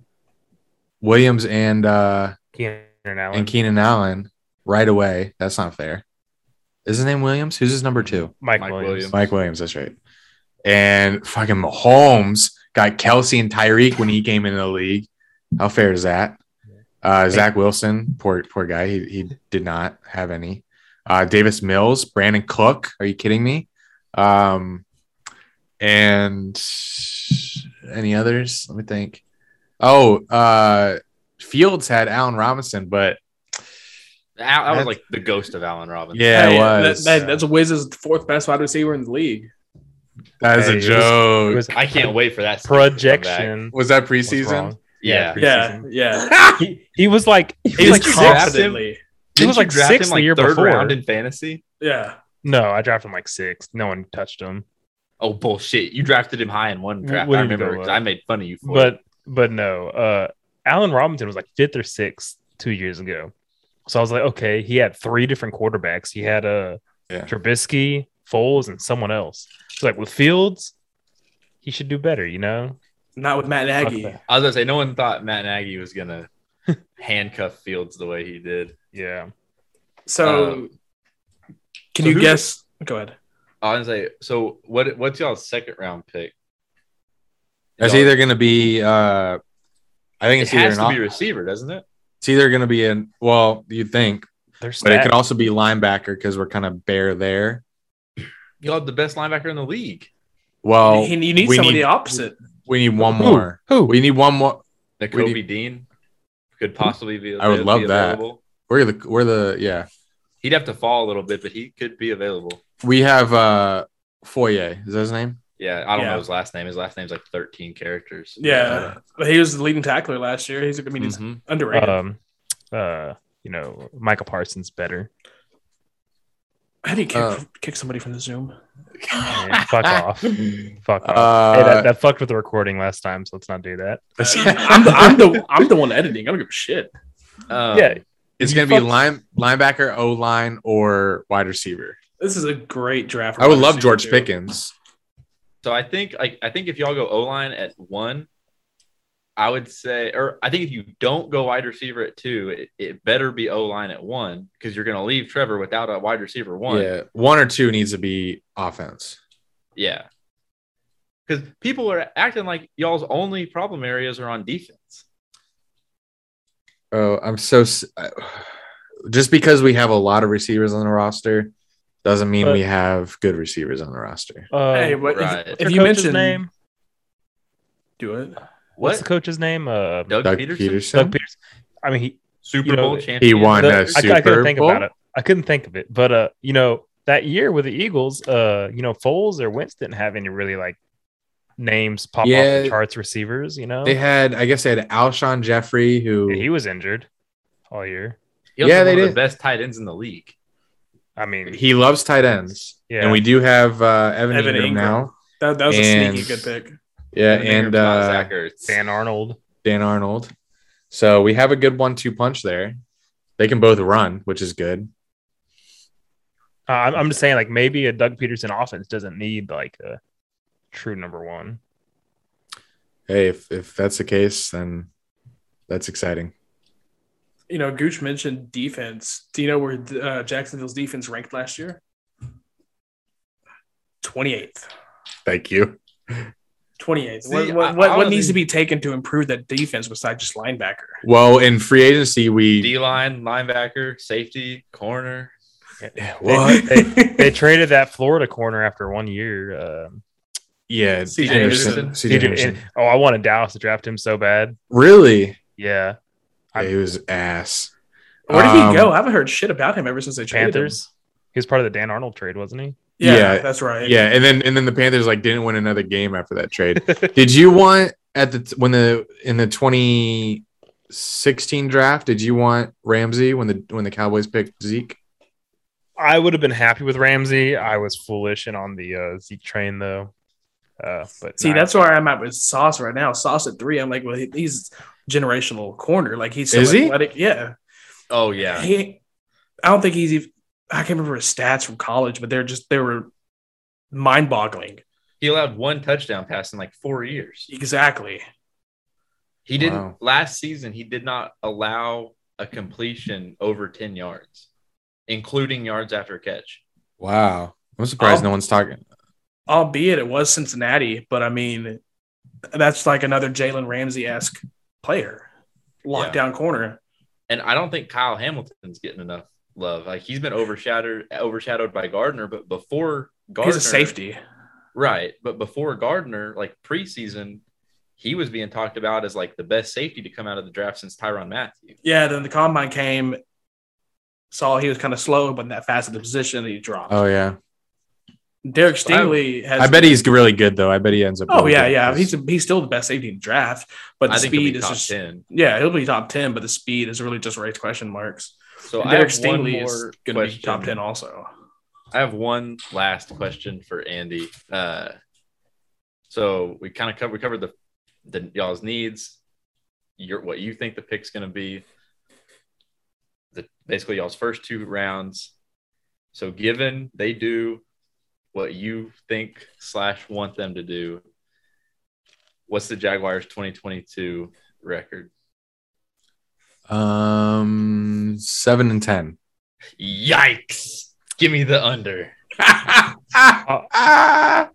Williams and uh, Keenan Allen. and Keenan Allen right away. That's not fair. Is his name Williams? Who's his number two? Mike, Mike Williams. Williams. Mike Williams. That's right. And fucking Mahomes got Kelsey and Tyreek when he came into the league. How fair is that? Uh, Zach Wilson, poor poor guy. He, he did not have any. Uh, Davis Mills, Brandon Cook. Are you kidding me? Um, and any others? Let me think. Oh, uh, Fields had Allen Robinson, but Al- I was That's- like the ghost of Allen Robinson. yeah, Hey, it was. That, that, that's a Wiz's fourth best wide receiver in the league. that is Hey, it a was- joke. It was, was I can't wait for that season to come back. projection. was that preseason? wrong. Yeah. Preseason. Yeah, yeah. He, he was like he He's was like Didn't you six- draft him? confidently. He was Didn't you like draft sixth him, the year third before. round in fantasy. Yeah. No, I drafted him like sixth. No one touched him. Oh bullshit! You drafted him high in one Wh- draft. what I do you remember go 'cause with? I made fun of you for it. But but no, uh Allen Robinson was like fifth or sixth two years ago. So I was like, okay, he had three different quarterbacks. He had uh Yeah. Trubisky, Foles, and someone else. So like with Fields, he should do better, you know? Not with Matt Nagy. Okay. I was gonna say no one thought Matt Nagy was gonna handcuff Fields the way he did. Yeah. So, Um, Uh, can so you who- guess? Go ahead. I was gonna say, so what? What's y'all's second round pick? That's Y'all- either going to be. Uh, I It think it's either has an to be off- receiver, doesn't it? it's either going to be an well, you think, They're but it stacked. could also be linebacker because we're kind of bare there. Y'all have the best linebacker in the league. Well, He- you need Oh, we somebody need- opposite. we need one Who? more. Who? We need one more. Nicobe need- Dean could possibly be. I would be love that. available. We're the we're the yeah. He'd have to fall a little bit, but he could be available. We have uh Foyer. Is that his name? Yeah, I don't Yeah. know his last name. His last name's like 13 characters. Yeah. But he was the leading tackler last year. He's, I mean, he's Mm-hmm. Mhm. underrated. um uh you know, Michael Parsons better. How do you kick, uh, kick somebody from the Zoom? Man, fuck off. Fuck off. Uh, hey, that, that fucked with the recording last time, so let's not do that. I'm, the, I'm the I'm the one editing. I don't give a shit. Um, yeah. it's you gonna be fucked- line linebacker, O line, or wide receiver. This is a great draft. I would love George Pickens. So I think like I think if y'all go O line at one, I would say, or I think if you don't go wide receiver at two, it, it better be O line at one because you're gonna leave Trevor without a wide receiver one. Yeah, one or two needs to be offense. Yeah. Because people are acting like y'all's only problem areas are on defense. Oh, I'm so s- I- just because we have a lot of receivers on the roster doesn't mean But- we have good receivers on the roster. Uh, Hey, but if- Right. if, what's the you coach's mention name, do it. what's What? the coach's name? Uh, Doug, Doug Peterson, Peterson, Doug Peterson. I mean, he, Super you know, Bowl he champion. he won The- a I, Super I couldn't think Bowl. about it. I couldn't think of it. But uh, you know, that year with the Eagles, uh, you know, Foles or Wentz didn't have any really like names pop off Yeah. the charts receivers, you know. They had, I guess, they had Alshon Jeffrey, who Yeah, he was injured all year. He also Yeah, they one of did. the best tight ends in the league. I mean, he loves tight ends, Yeah. and we do have uh, Evan, Evan Ingram, Ingram. now. That, that was a And- sneaky good pick. Yeah, I think and it's not Zach uh, Ertz. Dan Arnold. Dan Arnold. So we have a good one-two punch there. They can both run, which is good. Uh, I'm, I'm just saying, like maybe a Doug Peterson offense doesn't need like a true number one. Hey, if if that's the case, then that's exciting. You know, Gooch mentioned defense. Do you know where uh, Jacksonville's defense ranked last year? 28th. Thank you. 28th. See, what what, I- what, I what was- needs to be taken to improve that defense besides just linebacker? Well, in free agency, we D line, linebacker, safety, corner. what? They, they traded that Florida corner after one year. Um, Yeah, CJ Anderson. CJ dude, Anderson. and- oh, I wanted Dallas to draft him so bad. Really? Yeah, I- It was ass. Where did Um, he go? I haven't heard shit about him ever since they traded him. Panthers. He was part of the Dan Arnold trade, wasn't he? Yeah, Yeah. that's right. Yeah, and then and then the Panthers like didn't win another game after that trade. did you want at the when the in the 2016 draft? Did you want Ramsey when the when the Cowboys picked Zeke? I would have been happy with Ramsey. I was foolish and on the uh, Zeke train though. Uh, but See, nah, that's where I'm at with Sauce right now. Sauce at three. I'm like, well, he- he's generational corner. Like he's so Is he? athletic. Yeah. Oh yeah. He, I don't think he's even. I can't remember his stats from college, but they're just they were mind-boggling. He allowed one touchdown pass in like four years. Exactly. He didn't Wow. last season, he did not allow a completion over 10 yards. including yards after catch. Wow. I'm surprised Oh. I'll- no one's talking. albeit it was Cincinnati, but I mean, that's like another Jalen Ramsey esque player, lockdown corner. And I don't think Kyle Hamilton's getting enough love. Like he's been overshadowed overshadowed by Gardner, but before Gardner, He's a safety. right? But before Gardner, like preseason, he was being talked about as like the best safety to come out of the draft since Tyron Matthew. Yeah. Then the combine came, saw he was kind of slow, but in that facet of position, he dropped. Oh yeah. Derek Stingley has. I bet he's really good though. I bet he ends up. Oh really yeah, good. yeah. He's he's still the best safety in the draft, but the I think he'll speed be is top just ten. yeah, he'll be top ten, but the speed is really just raised question marks. So And I have Derek one Stingley more is going to be question. top ten also. I have one last question for Andy. Uh, so we kind of covered we covered the, the y'all's needs, your what you think the pick's going to be, the basically y'all's first two rounds. So given they do what you think slash want them to do, what's the Jaguars 2022 record? Um, seven and ten. Yikes! Give me the under. Oh. Ah!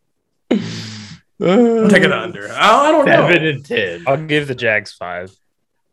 Take it under. I, I don't know. Seven and ten. I'll give the Jags five.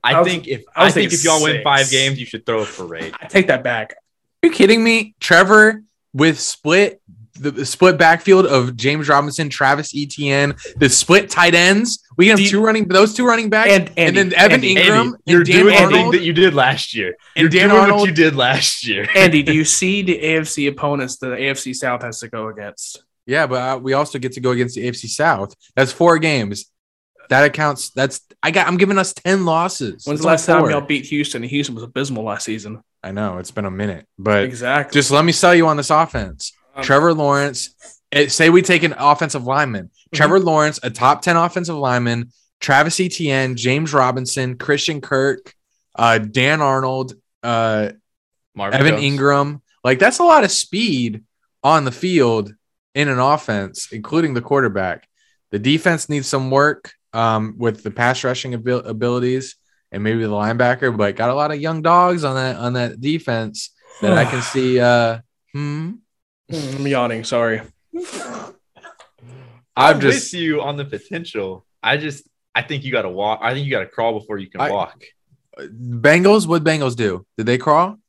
I, I was- think if I I, was think thinking if y'all win six. five games, you should throw a parade. I take that back. Are you kidding me? Trevor with split the the split backfield of James Robinson, Travis Etienne, the split tight ends. We can have Deep- two running those two running backs, and, And Andy, then Evan Andy, Ingram Andy, and you're Dan doing the thing Arnold. that you did last year. And You're Dan doing Arnold. what you did last year. Andy, do you see the AFC opponents the AFC South has to go against? Yeah, but uh, we also get to go against the AFC South. That's four games. That accounts. That's I got. I'm giving us ten losses. When's That's the last only time four. y'all beat Houston? Houston was abysmal last season. I know it's been a minute, but Exactly. just let me sell you on this offense. Um, Trevor Lawrence. eh, Say we take an offensive lineman. Trevor Lawrence, a top ten offensive lineman. Travis Etienne, James Robinson, Christian Kirk, uh, Dan Arnold, uh, Marvin Evan Jones. Ingram. Like that's a lot of speed on the field in an offense, including the quarterback. The defense needs some work um, with the pass rushing abil- abilities and maybe the linebacker, but got a lot of young dogs on that on that defense that I can see. Uh, hmm. I'm yawning. Sorry. I'm, I'm just with you on the potential. I just I think you got to walk. I think you got to crawl before you can I- walk. Bengals. What Bengals do? Did they crawl?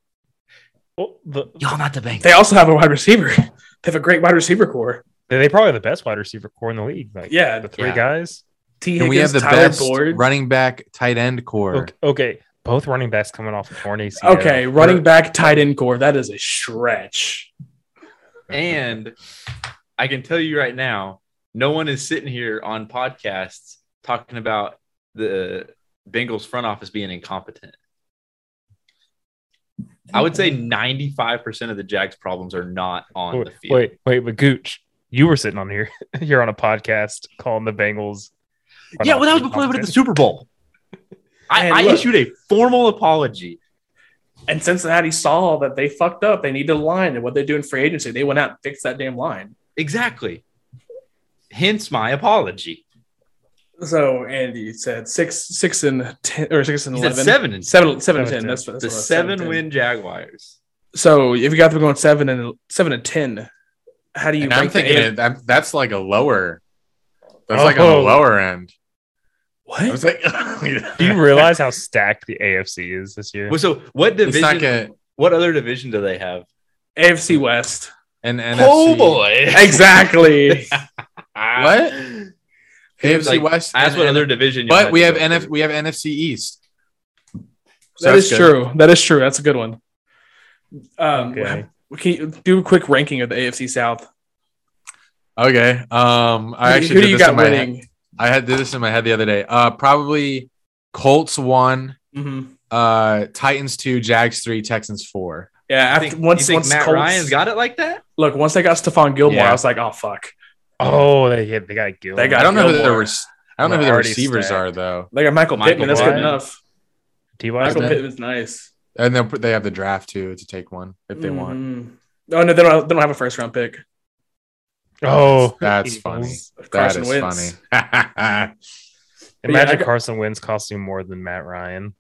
Well, the, Y'all not the bank. They also have a wide receiver. They have a great wide receiver core. they probably have the best wide receiver core in the league. Like Yeah. the three Yeah. guys. T. And we have the Tyler best Boyd. running back, tight end core. Okay, okay, both running backs coming off a torn ACL. Okay, running back, tight end core. That is a stretch. And I can tell you right now, no one is sitting here on podcasts talking about the Bengals front office being incompetent. I would say 95% of the Jags problems are not on wait, the field. wait, wait, but Gooch, you were sitting on here. You're on a podcast calling the Bengals. Yeah, well, that was before they went to the Super Bowl. I, Man, I look. issued a formal apology. And Cincinnati saw that they fucked up. They needed a line. And what they do in free agency, they went out and fixed that damn line. Exactly. Hence my apology. So Andy said six six and ten or six and He said eleven. seven and Seven, seven, Seven, and ten. ten. That's, that's the what I was- seven, and 10. win Jaguars. So if you got them going seven and seven and ten, how do you And I'm rank the thinking A- it- that, that's like a lower. That's like on Oh. the lower end. I what? was like, Do you realize how stacked the AFC is this year? Well, so what it's division? like a what other division do they have? AFC West. an NFC. Oh boy! Exactly. What? AFC Like, West. That's and what N- other division. y'all But had we to have go NF. through. We have NFC East. So that that's is good. true. That is true. That's a good one. Um, Okay. we can do a quick ranking of the AFC South. Okay. Um, I Who- actually who did do you this got in my head. winning? I had did this in my head the other day. Uh, probably Colts one, Mhm. uh, Titans two, Jags three, Texans four. You Yeah, after, think, once you think once Matt Colts, Ryan's got it like that? look once they got Stephon Gilmore, Yeah. I was like, oh fuck, oh, they hit. They got Gilmore. They got I don't know who their Gilmore. rec- I don't know who their Already receivers stacked. are though. they got Michael, Michael Pittman. That's Ryan. good enough. T. Michael Pittman. Pittman's nice And they'll put, they have the draft too to take one if they want. Mhm. Oh no, they don't. They don't have a first round pick. Oh, That's Eagles. funny. That Mm-hmm. Carson is wins. funny. But yeah, I Imagine got- Carson Wentz costing more than Matt Ryan.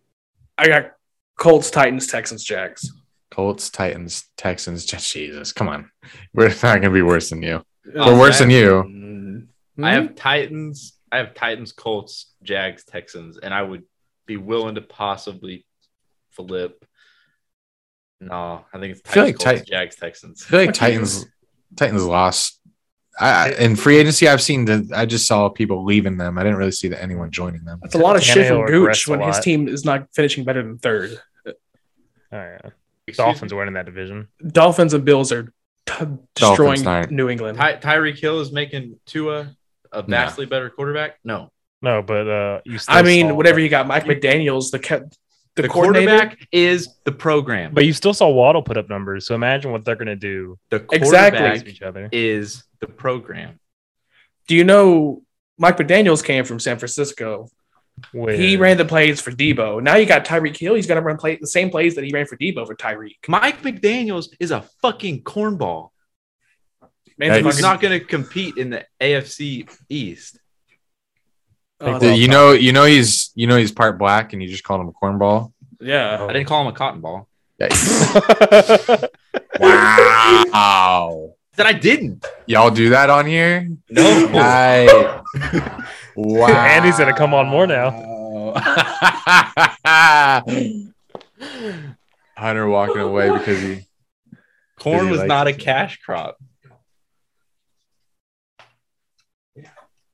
I got Colts, Titans, Texans, Jags. Colts, Titans, Texans. Just Jesus, come on. We're not gonna be worse than you. We're Um, worse than I- you. Mm. I have Titans. I have Titans, Colts, Jags, Texans, and I would be willing to possibly flip. No, I think it's I feel Titans, like Colts, Tit- Jags, I Texans. feel like Fuck you. Titans. Titans lost. I, I- in free agency, I've seen the. I just saw people leaving them. I didn't really see that anyone joining them. That's a lot of shit from Tannehill Gooch regressed a when his lot. team is not finishing better than third. Oh, yeah. Excuse Dolphins me. winning that division. Dolphins and Bills are t- destroying aren't. New England. Ty- Tyreek Hill is making Tua a vastly better quarterback. No, No, but uh, you still I mean, saw- whatever you got, Mike McDaniel's the ca- the, the quarterback. quarterback is the program. But you still saw Waddle put up numbers. So imagine what they're going to do the Exactly. quarterback to each other. is the program. Do you know Mike McDaniel's came from San Francisco? He With- ran the plays for Debo. Now you got Tyreek Hill. He's going to run play the same plays that he ran for Debo for Tyreek. Mike McDaniels is a fucking cornball. Man, Hey, fucking- He's not going to compete in the AFC East. Oh, Dude, no. you know, you know he's you know he's part black, and you just called him a cornball. Oh. yeah. I didn't call him a cotton ball. Yikes. wow, That I didn't. y'all do that on here? No. Right. wow. And he's gonna come on more now. Hunter walking away because he. Corn He was likes not a it. cash crop.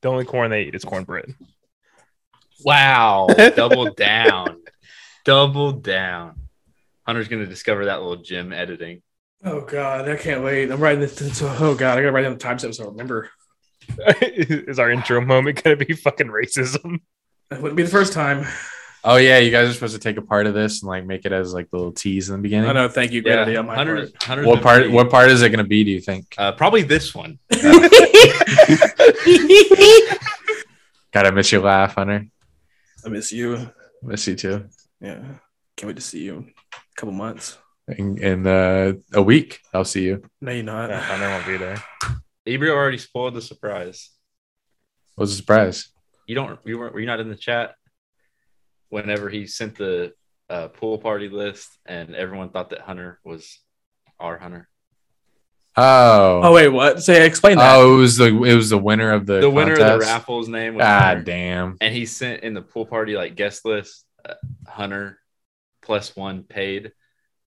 the only corn they eat is cornbread. Wow. Double down. Double down. Hunter's going to discover that little gym editing. Oh god, I can't wait. I'm writing this. this- oh god, I gotta write down the time steps. I don't remember. is our intro moment going to be fucking racism? That wouldn't be the first time. Oh yeah, you guys are supposed to take a part of this and like make it as like the little tease in the beginning. I know. Thank you. Great idea. on my Hunter, Hunter's What been part? pretty- What part is it gonna be? Do you think? Uh, probably this one. Uh, part. God, I miss your laugh, Hunter. I miss you. Miss you too. Yeah, can't wait to see you. in A couple months. In, in uh, a week, I'll see you. No, you're not. No, Hunter won't be there. Ibrio already spoiled the surprise. What's the surprise? You don't. You weren't. Were you not in the chat? Whenever he sent the uh, pool party list, and everyone thought that Hunter was our Hunter, Oh, Oh wait, what? Say, explain that. Oh, it was the it was the winner of the the winner of the contest? raffle's name. Was Hunter. God damn! and he sent in the pool party like guest list uh, hunter plus one paid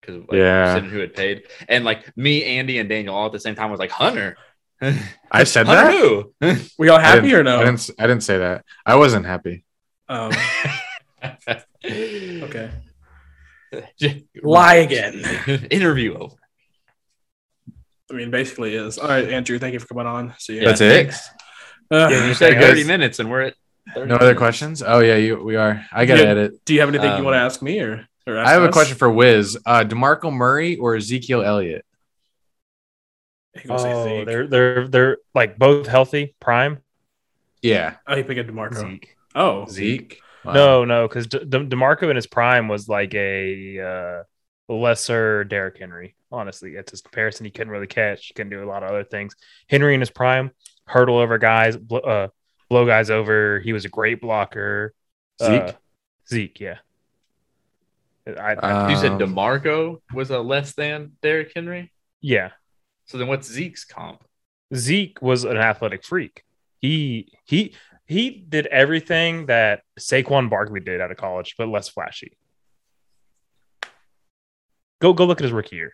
because like, Yeah. sent who had paid and like me andy and daniel all at the same time was like hunter hunter I said that. who we all happy didn't- or I no? didn't. s- I didn't say that. I wasn't happy. Um, okay okay. Lie again. interview over I mean, basically is. All right, Andrew. Thank you for coming on. See you. Yeah, That's it. thanks. Uh, Yeah, you you said guys- 30 minutes and we're at 30 No other minutes. questions. Oh yeah, you, we are. I gotta Yeah. edit. do you have anything Um, you want to ask me or? or ask I have a us? question for Wiz. Uh, Demarco Murray or Ezekiel Elliott? He gonna say Oh, Zeke. they're they're they're like both healthy, prime. Yeah, Oh, he picked up Demarco. Zeke. Oh, Zeke. Wow. No, no, because De- De- Demarco in his prime was like a uh, lesser Derrick Henry. Honestly, it's his comparison. He couldn't really catch. He couldn't do a lot of other things. Henry in his prime, hurdle over guys, bl- uh, blow guys over. He was a great blocker. Zeke. Uh, Zeke, yeah. I, I- Uh, you said Um, demarco was a less than Derrick henry yeah. so then what's zeke's comp Zeke was an athletic freak. He he he did everything that Saquon Barkley did out of college, but less flashy. Go go look at his rookie year.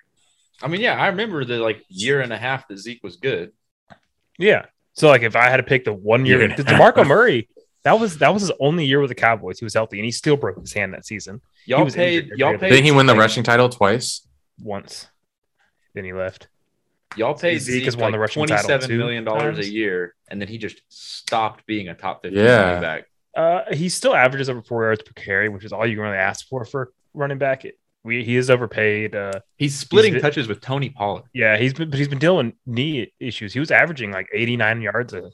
i mean yeah i remember the like year and a half that zeke was good Yeah. So like if I had to pick the one year, Year and a half. Demarco Murray, that was that was his only year with the Cowboys. He was healthy and he still broke his hand that season Y'all was paid. injured. Y'all paid. Didn't he win the like, rushing title twice? once. Then he left. Y'all paid Zeke Zeke has won the like rushing title twenty-seven two million dollars a times. year, and then he just stopped being a top fifteen Yeah. running back. Uh, he still averages over four yards per carry, which is all you can really ask for for running back. It, we, he is overpaid. Uh, He's splitting been- touches with Tony Pollard. Yeah, he's been, but he's been dealing with knee issues. He was averaging like 89 yards. A,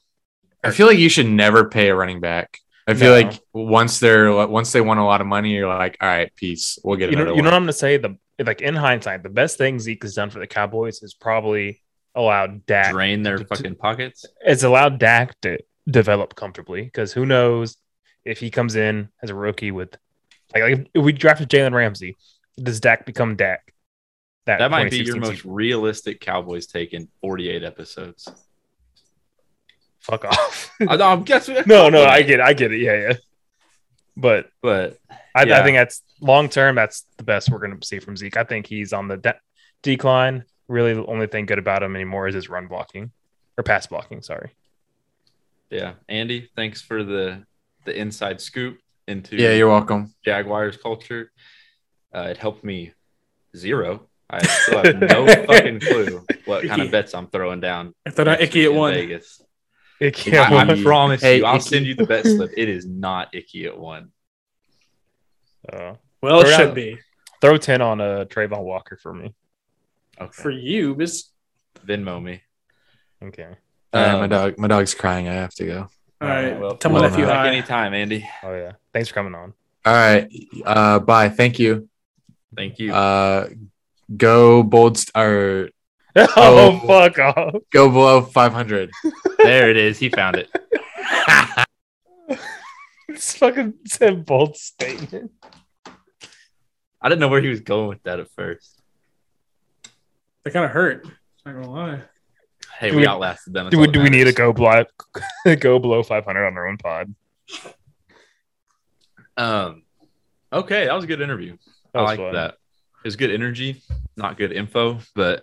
I feel like you should never pay a running back. I feel No. like once they're once they won a lot of money, you're like, all right, peace. We'll get you know, another you know one. what I'm gonna say? The like in hindsight, the best thing Zeke has done for the Cowboys is probably allowed Dak. Drain their to- fucking pockets. It's allowed Dak to develop comfortably because who knows if he comes in as a rookie with like, like if we drafted Jalen Ramsey, does Dak become Dak? That, That might be your 2016 most season. realistic Cowboys take in 48 episodes. fuck off. I, I'm guessing. no, no, I get, it, I get it. Yeah, yeah. But But I, I Yeah. think that's long term. That's the best we're going to see from Zeke. I think he's on the de- decline. Really, the only thing good about him anymore is his run blocking or pass blocking. Sorry. yeah, Andy, thanks for the the inside scoop into Yeah, you're welcome. Jaguars culture. Uh, it helped me zero. I still have no fucking clue what kind of bets I'm throwing down. If they're not next uh, icky at week in one, Vegas. It I, I Icky. promise Hey, you, I'll icky. send you the bet slip. It is not icky at one. Uh, well, it They're should out. be throw ten on a uh, Trayvon Walker for me. Okay. for you. Is Venmo me. Okay. All right, Uh, my Um, dog, my dog's crying. I have to go. all right. well, tell my well, nephew uh, hi. anytime, Andy. Oh yeah. Thanks for coming on. All right, uh, bye. Thank you. Thank you. Uh, go bold st- or oh fuck off. go below 500. there it is. He found it. It's fucking said bold statement. I didn't know where he was going with that at first. They kind of hurt. Not gonna lie. Hey, Do we, we- outlasted them. That's Do all we, that do we need to matters. go blow go below five hundred on our own pod? Um, okay, that was a good interview. That I was like fun. that. It was good energy, not good info, but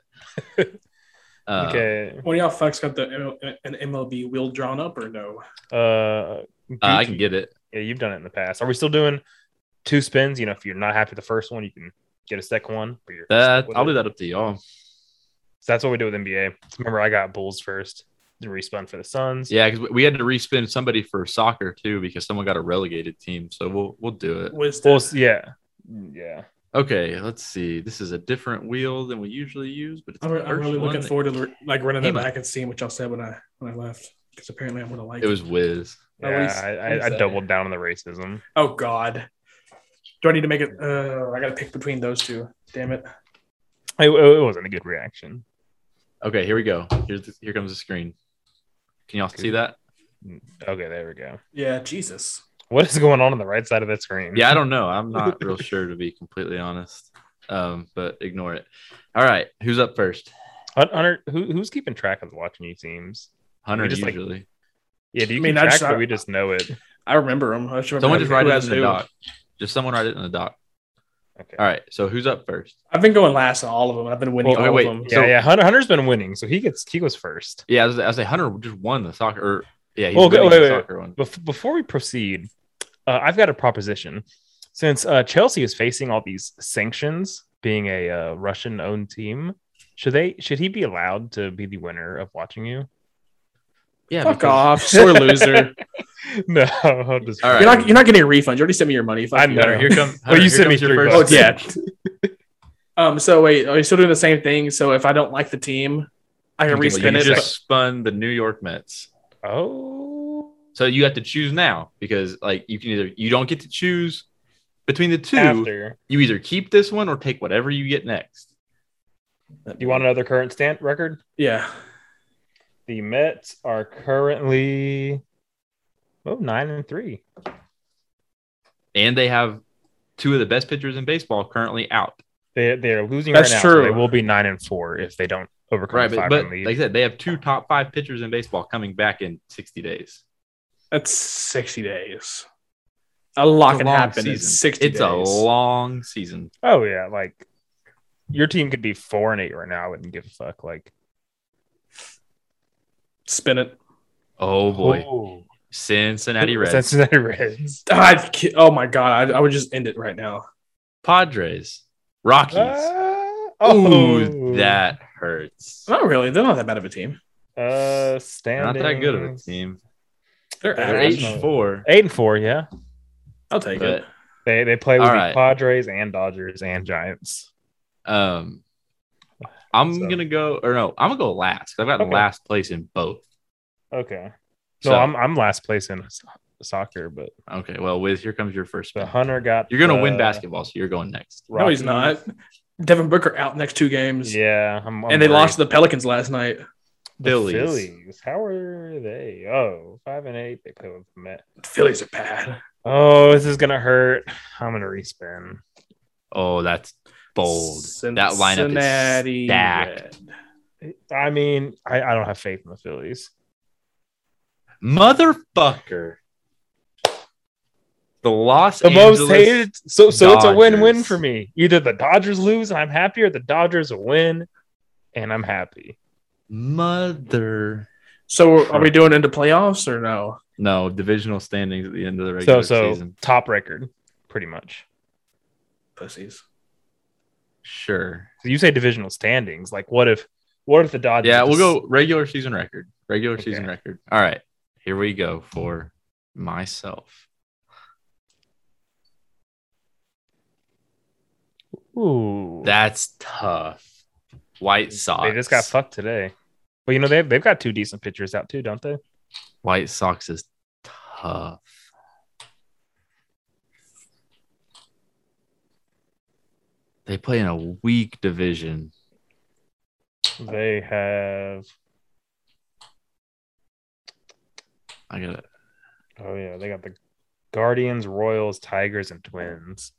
uh, Okay. One of y'all fucks got the M- an MLB wheel drawn up or no? Uh, uh, I can get it. Yeah, you've done it in the past. Are we still doing two spins? You know, if you're not happy with the first one, you can get a second one. But you're That stuck with I'll it. do that up to y'all. So that's what we do with NBA. Remember, I got Bulls first, then respun for the Suns. Yeah, because we had to respin somebody for soccer too because someone got a relegated team. So we'll we'll do it. Was Well, s- yeah, yeah. Okay, let's see. This is a different wheel than we usually use, but it's I'm, the I'm first really one looking that- forward to re- like running Hey, that man. back and seeing what y'all said when I when I left because apparently I'm gonna like It was Wiz. Oh, what yeah is- I, what is I, I that? doubled down on the racism. Oh God. Do I need to make it? Uh, I gotta pick between those two. Damn it. It, it wasn't a good reaction. Okay, here we go. Here's the, here comes the screen. Can y'all see that? Okay, there we go. Yeah, Jesus. What is going on on the right side of that screen? Yeah, I don't know. I'm not real sure to be completely honest. Um, but ignore it. All right, who's up first? Hun- Hunter, who, who's keeping track of the watching you teams? Hunter We just, like, usually. Yeah, do you I mean, keep I track? just- or we just know it. I remember them. I should Someone just write it in has the who. doc. Just someone write it in the doc. Okay. All right. So who's up first? I've been going last on all of them. I've been winning Well, all wait, of them. Yeah, yeah. Hunter, Hunter's been winning, so he gets he goes first. Yeah, I was, I was like Hunter just won the soccer. Or, yeah, he Well, won the go- wait, wait, soccer one. Bef- before we proceed, uh, I've got a proposition. Since uh, Chelsea is facing all these sanctions, being a uh, Russian-owned team, should they should he be allowed to be the winner of watching you? Yeah. Fuck because- off, sore loser. no, I'm just All right. You're not you're not getting a refund. You already sent me your money. Fuck I you. know. Hunter, here come. Hunter, Well, you here sent me comes your three first- Oh bucks. yeah. um. So wait, are you still doing the same thing? So if I don't like the team, I can Okay, well, respin you it. just spun the New York Mets. Oh, So you have to choose now because like you can either you don't get to choose between the two. Oh. after You either keep this one or take whatever you get next. you want another current stand record? yeah. The Mets are currently oh nine and three. And they have two of the best pitchers in baseball currently out. They they are losing That's right now. so true. they will be nine and four if they don't overcome Right, the but, five but run lead. like I said, they have two top five pitchers in baseball coming back in 60 days. That's sixty days. A lot It's a can long happen in season. sixty It's days. a long season. Oh yeah, like your team could be four and eight right now. I wouldn't give a fuck. Like Spin it. Oh boy. Oh. Cincinnati Reds. Cincinnati Reds. I'd, ki- oh my god, I, I would just end it right now. Padres. Rockies. Ah, Ooh, that hurts. Oh, Not really. They're not that bad of a team. uh They're standing Not that good of a team. They're Yeah, They're eight average. and four. Eight and four, yeah. I'll take it. But They they play with All the right. Padres and Dodgers and Giants. um I'm So- gonna go or no, I'm gonna go last. 'cause I've gotten Okay. last place in both. Okay. So, So, I'm I'm last place in so- soccer, but okay, well, Wiz, here comes your first the uh, spin. Hunter got You're gonna the win basketball, so you're going next. No, he's Rockies. not. Devin Booker out next two games. Yeah, I'm, I'm and they worried. lost to the Pelicans last night. the Phillies. Phillies. How are they? Oh, five and eight. They play with the Mets. The Phillies are bad. Oh, this is gonna hurt. I'm gonna respin. Oh, that's bold. Cin- that lineup Cincinnati is stacked. Red. I mean, I, I don't have faith in the Phillies. Motherfucker. The Los The Angeles. most hated. So so it's a win-win Dodgers. for me. Either the Dodgers lose and I'm happy, or the Dodgers win and I'm happy. Mother. So are we doing into playoffs or no? No, divisional standings at the end of the regular So so season. top record, pretty much. Pussies. Sure. So you say divisional standings. Like what if what if the Dodgers? Yeah, we'll go regular season record. Regular season Okay. record. All right. Here we go for myself. Ooh, That's tough. White Sox. they just got fucked today. Well, you know they they've got two decent pitchers out too, don't they? White Sox is tough. They play in a weak division. They have. I got Oh yeah, they got the Guardians, Royals, Tigers, and Twins.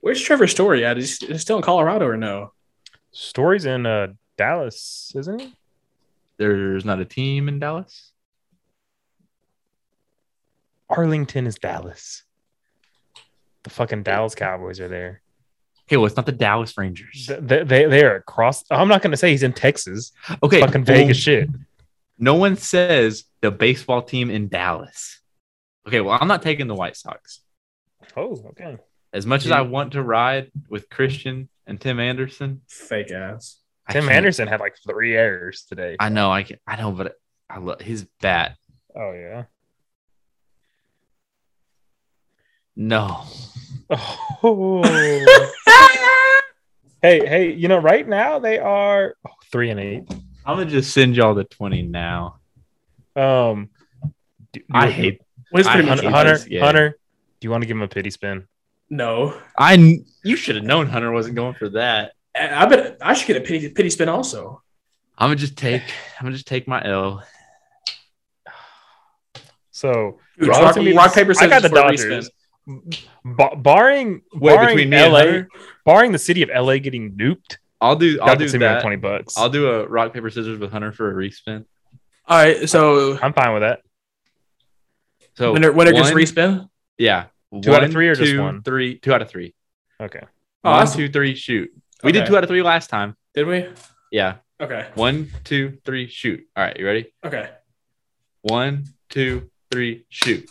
Where's Trevor Story at? Is he still in Colorado or no? Stories in uh Dallas, isn't he? there's not a team in Dallas. Arlington is Dallas. The fucking Dallas Cowboys are there. Okay, well, it's not the Dallas Rangers. Th- They, they, they are across. I'm not gonna say he's in Texas. Okay, fucking well, Vegas shit. No one says the baseball team in Dallas. Okay, well, I'm not taking the White Sox. Oh, okay. As much as I want to ride with Christian and Tim Anderson, Fake ass. I Tim can't- Anderson had like three errors today. I know, I can, I know, but I love his bat. oh yeah. No, Oh. hey, hey, you know, right now they are oh, three and eight. I'm gonna just send y'all the 20 now. Um, do- do- I hate. Well, he's I pretty hate much Hunter. this Hunter, game. Hunter, do you want to give him a pity spin? no. I kn- you should have known Hunter wasn't going for that. I I bet I should get a pity, pity spin also. I'm gonna just take. I'm gonna just take my L. So, Dude, Rock, rock, paper, rock, paper, I scissors got the for a Dodgers. re-spin. Ba- barring Wait, barring between me and LA, Hunter? barring the city of LA getting nuked, I'll do. I'll I'll do do that. that. twenty bucks. I'll i do a rock paper scissors with Hunter for a respin. All right, so am fine with that. Oh, So winner, winner gets one- respin. Yeah. Two out of three or just two, one? Three. Two out of three. Okay. Oh, One, that's- two, three, shoot. We did Okay. two out of three last time. Did we? Yeah. Okay. One, two, three, shoot. All right, you ready? Okay. One, two, three, shoot.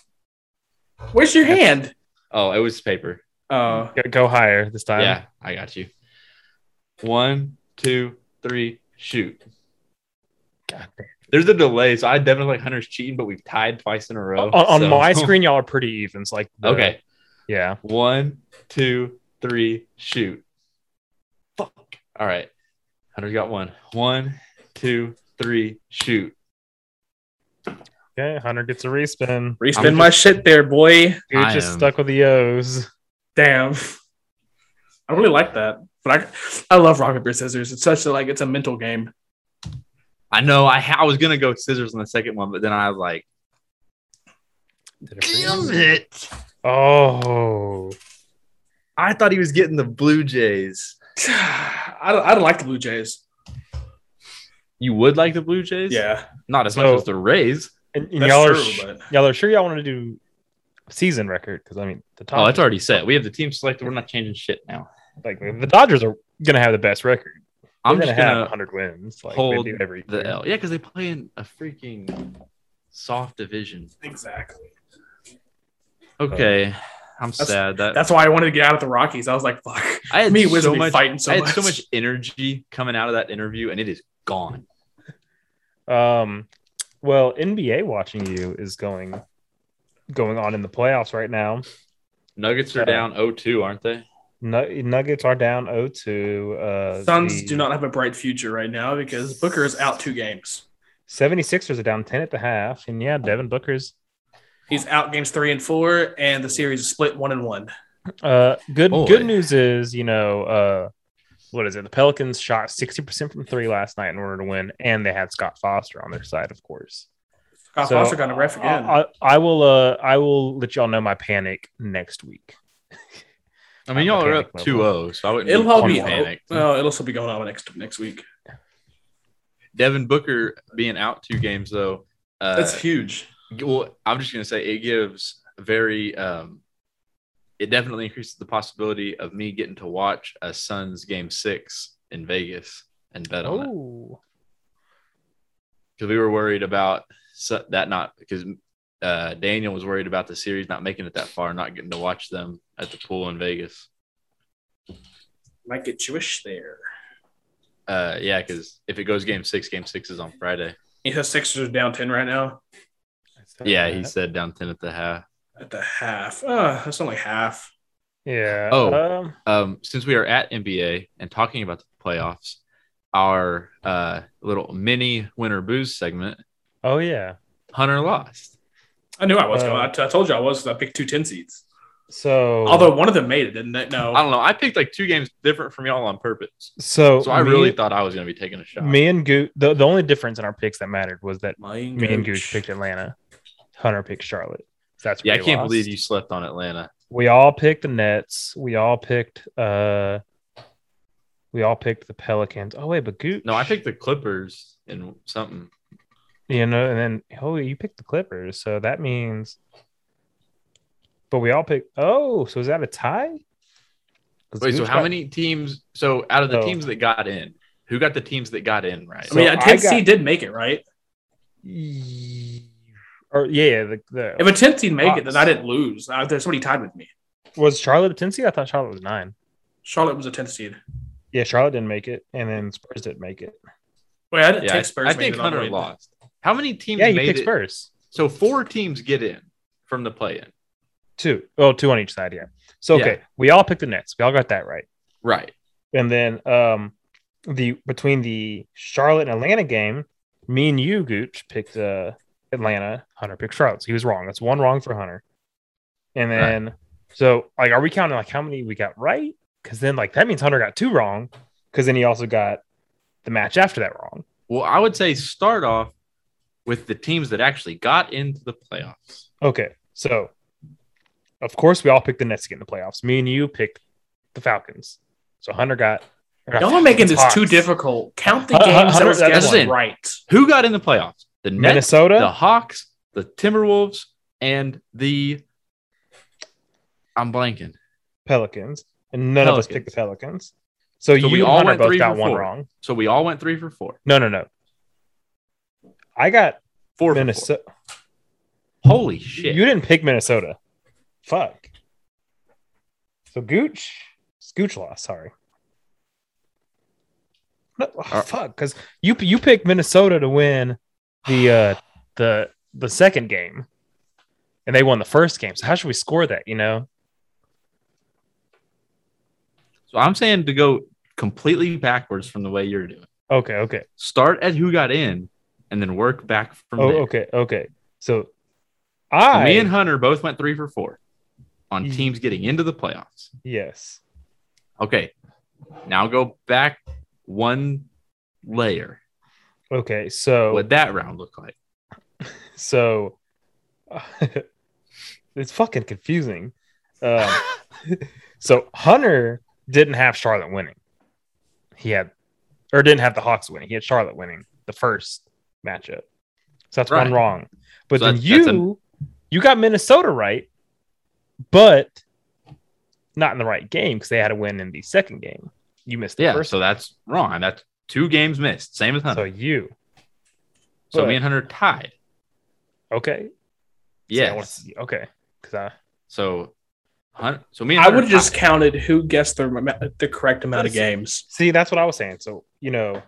Where's your hand? Oh, it was paper. Oh, Go, go higher this time. yeah, I got you. One, two, three, shoot. God damn. There's a delay, so I definitely like Hunter's cheating, but we've tied twice in a row. on, on so- my screen, y'all are pretty even. It's like the- okay. yeah. One, two, three, shoot. Fuck. All right. Hunter's got one. One, two, three, shoot. Okay, Hunter gets a respin. respin I'm my shit there, boy. You're I just am- stuck with the O's. Damn. I really like that, but I I love rock paper scissors. It's such a, like it's a mental game. I know I, ha- I was gonna go scissors on the second one, but then I was like, damn it! Oh, I thought he was getting the Blue Jays. I don't, I don't like the Blue Jays. You would like the Blue Jays? Yeah, Not as So- much as the Rays. and, and that's y'all are true, sh- but- y'all are sure y'all want to do season record because I mean the top Oh, it's already set. We have the team selected. We're not changing shit now. like the Dodgers are gonna have the best record. I'm They're just have gonna 100 wins. Like hold they do every the year. L. Yeah, because they play in a freaking soft division. exactly. Oh. Okay, I'm That's- sad that That's why I wanted to get out of the Rockies. I was like, fuck. I had Me and Wiz so be much. fighting so I had much. so much energy coming out of that interview, and it is gone. Um, well, NBA watching you is going going on in the playoffs right now. Nuggets are Yeah. down 0-2, aren't they? Nu- Nuggets are down 0-2. Uh, Suns the do not have a bright future right now because Booker is out two games. 76ers are down 10 at the half, and yeah, Devin Booker's He's out games three and four, and the series is split one and one. Uh, good Boy. good news is you know uh, what is it? The Pelicans shot sixty percent from three last night in order to win, and they had Scott Foster on their side, of course. Scott So, Foster got a ref again. I, I, I will uh I will let y'all know my panic next week. I mean, Not y'all are up mechanic 2 level. 0, so I wouldn't It'll be probably too be panicked. well, it'll still be going on next next week. Devin Booker being out two games, though. Uh, That's huge. well, I'm just gonna say it gives very um it definitely increases the possibility of me getting to watch a Suns game six in Vegas and bet on it. Oh, Because we were worried about su- that not because uh Daniel was worried about the series not making it that far, not getting to watch them at the pool in Vegas. Might get Jewish there. Uh yeah, because if it goes game six, game six is on Friday. He says Sixers are down ten right now Yeah, he said down ten at the half. at the half. Uh, that's only half. yeah. Oh. um, um, since we are at NBA and talking about the playoffs, our uh, little mini winter booze segment, oh yeah. Hunter lost. I knew I was Uh, oh. going. I, t- I told you I was. 'cause I picked two 10 seeds. So Although one of them made it, didn't it? No. I don't know. I picked like two games different from y'all on purpose. so, So I me- really thought I was going to be taking a shot. me and Gooch. The, the only difference in our picks that mattered was that Mine me and goes- Gooch picked Atlanta. Hunter picked Charlotte. So that's yeah, I where we can't lost. believe you slept on Atlanta. We all picked the Nets. We all picked. uh We all picked the Pelicans. Oh wait, but Gooch. No, I picked the Clippers in something. You know, and then oh, you picked the Clippers, so that means. But we all picked. Oh, so is that a tie? 'Cause Wait, so Gooch how got- many teams? So out of the Oh. teams that got in, who got the teams that got in right? I mean, So a 10 I got- seed did make it, right? Y- Or yeah, the, the If a 10 seed make it, then Fox. I didn't lose. I, there's somebody tied with me. was Charlotte a ten seed? I thought Charlotte was nine. Charlotte was a 10 seed. Yeah, Charlotte didn't make it, and then Spurs didn't make it. Wait, I didn't yeah, take I, Spurs. I made think it all the Hunter way. lost. How many teams Yeah, you made picked it? Spurs So four teams get in from the play-in. two. Oh, two on each side. Yeah. So Yeah. okay, we all picked the Nets. We all got that right. Right. And then um the between the Charlotte and Atlanta game, me and you, Gooch, picked uh Atlanta. Hunter picked Charlotte. So he was wrong. That's one wrong for Hunter. And Right. then so like are we counting like how many we got right? Because then like that means Hunter got two wrong, because then he also got the match after that wrong. Well, I would say start off with the teams that actually got into the playoffs. Okay, so of course we all picked the Nets to get in the playoffs. Me and you picked the Falcons. So Hunter got or not Y'all are making Falcons, this too Hawks. difficult. Count the Hun- hun- games that Hunter- was that's guessed it. right. Who got in the playoffs? The Nets, Minnesota. the Hawks, the Timberwolves, and the I'm blanking. Pelicans, and none of us picked the Pelicans. So, So you we and all Hunter went both three got for one four. wrong. So we all went three for four. No, no, no. I got Four for Minnesota. four. Holy shit. You didn't pick Minnesota. Fuck. So Gooch, Scooch lost. Sorry. No, oh, Uh, fuck, because you you picked Minnesota to win the uh the the second game, and they won the first game. So how should we score that? You know, so I'm saying to go completely backwards from the way you're doing. okay, okay. Start at who got in and then work back from Oh, there. okay, okay. So So I me and Hunter both went three for four on Ye- teams getting into the playoffs. yes. Okay. Now go back one layer. Okay, so What'd that round look like? so it's fucking confusing. Um, so Hunter didn't have Charlotte winning. He had, or didn't have the Hawks winning. He had Charlotte winning the first matchup. So that's one Right. wrong. But So then that's- that's you, you got Minnesota right, but not in the right game because they had a win in the second game. You missed the yeah. first. So that's wrong. That's two games missed. Same as So Hunter. you So, but- me and Hunter tied. okay? Yeah. I wanna Yes. see- okay. Because I So Hunter. So me and I Hunter would have just tied. counted who guessed the, ma- the correct amount of Listen. games. See, that's what I was saying. So, you know,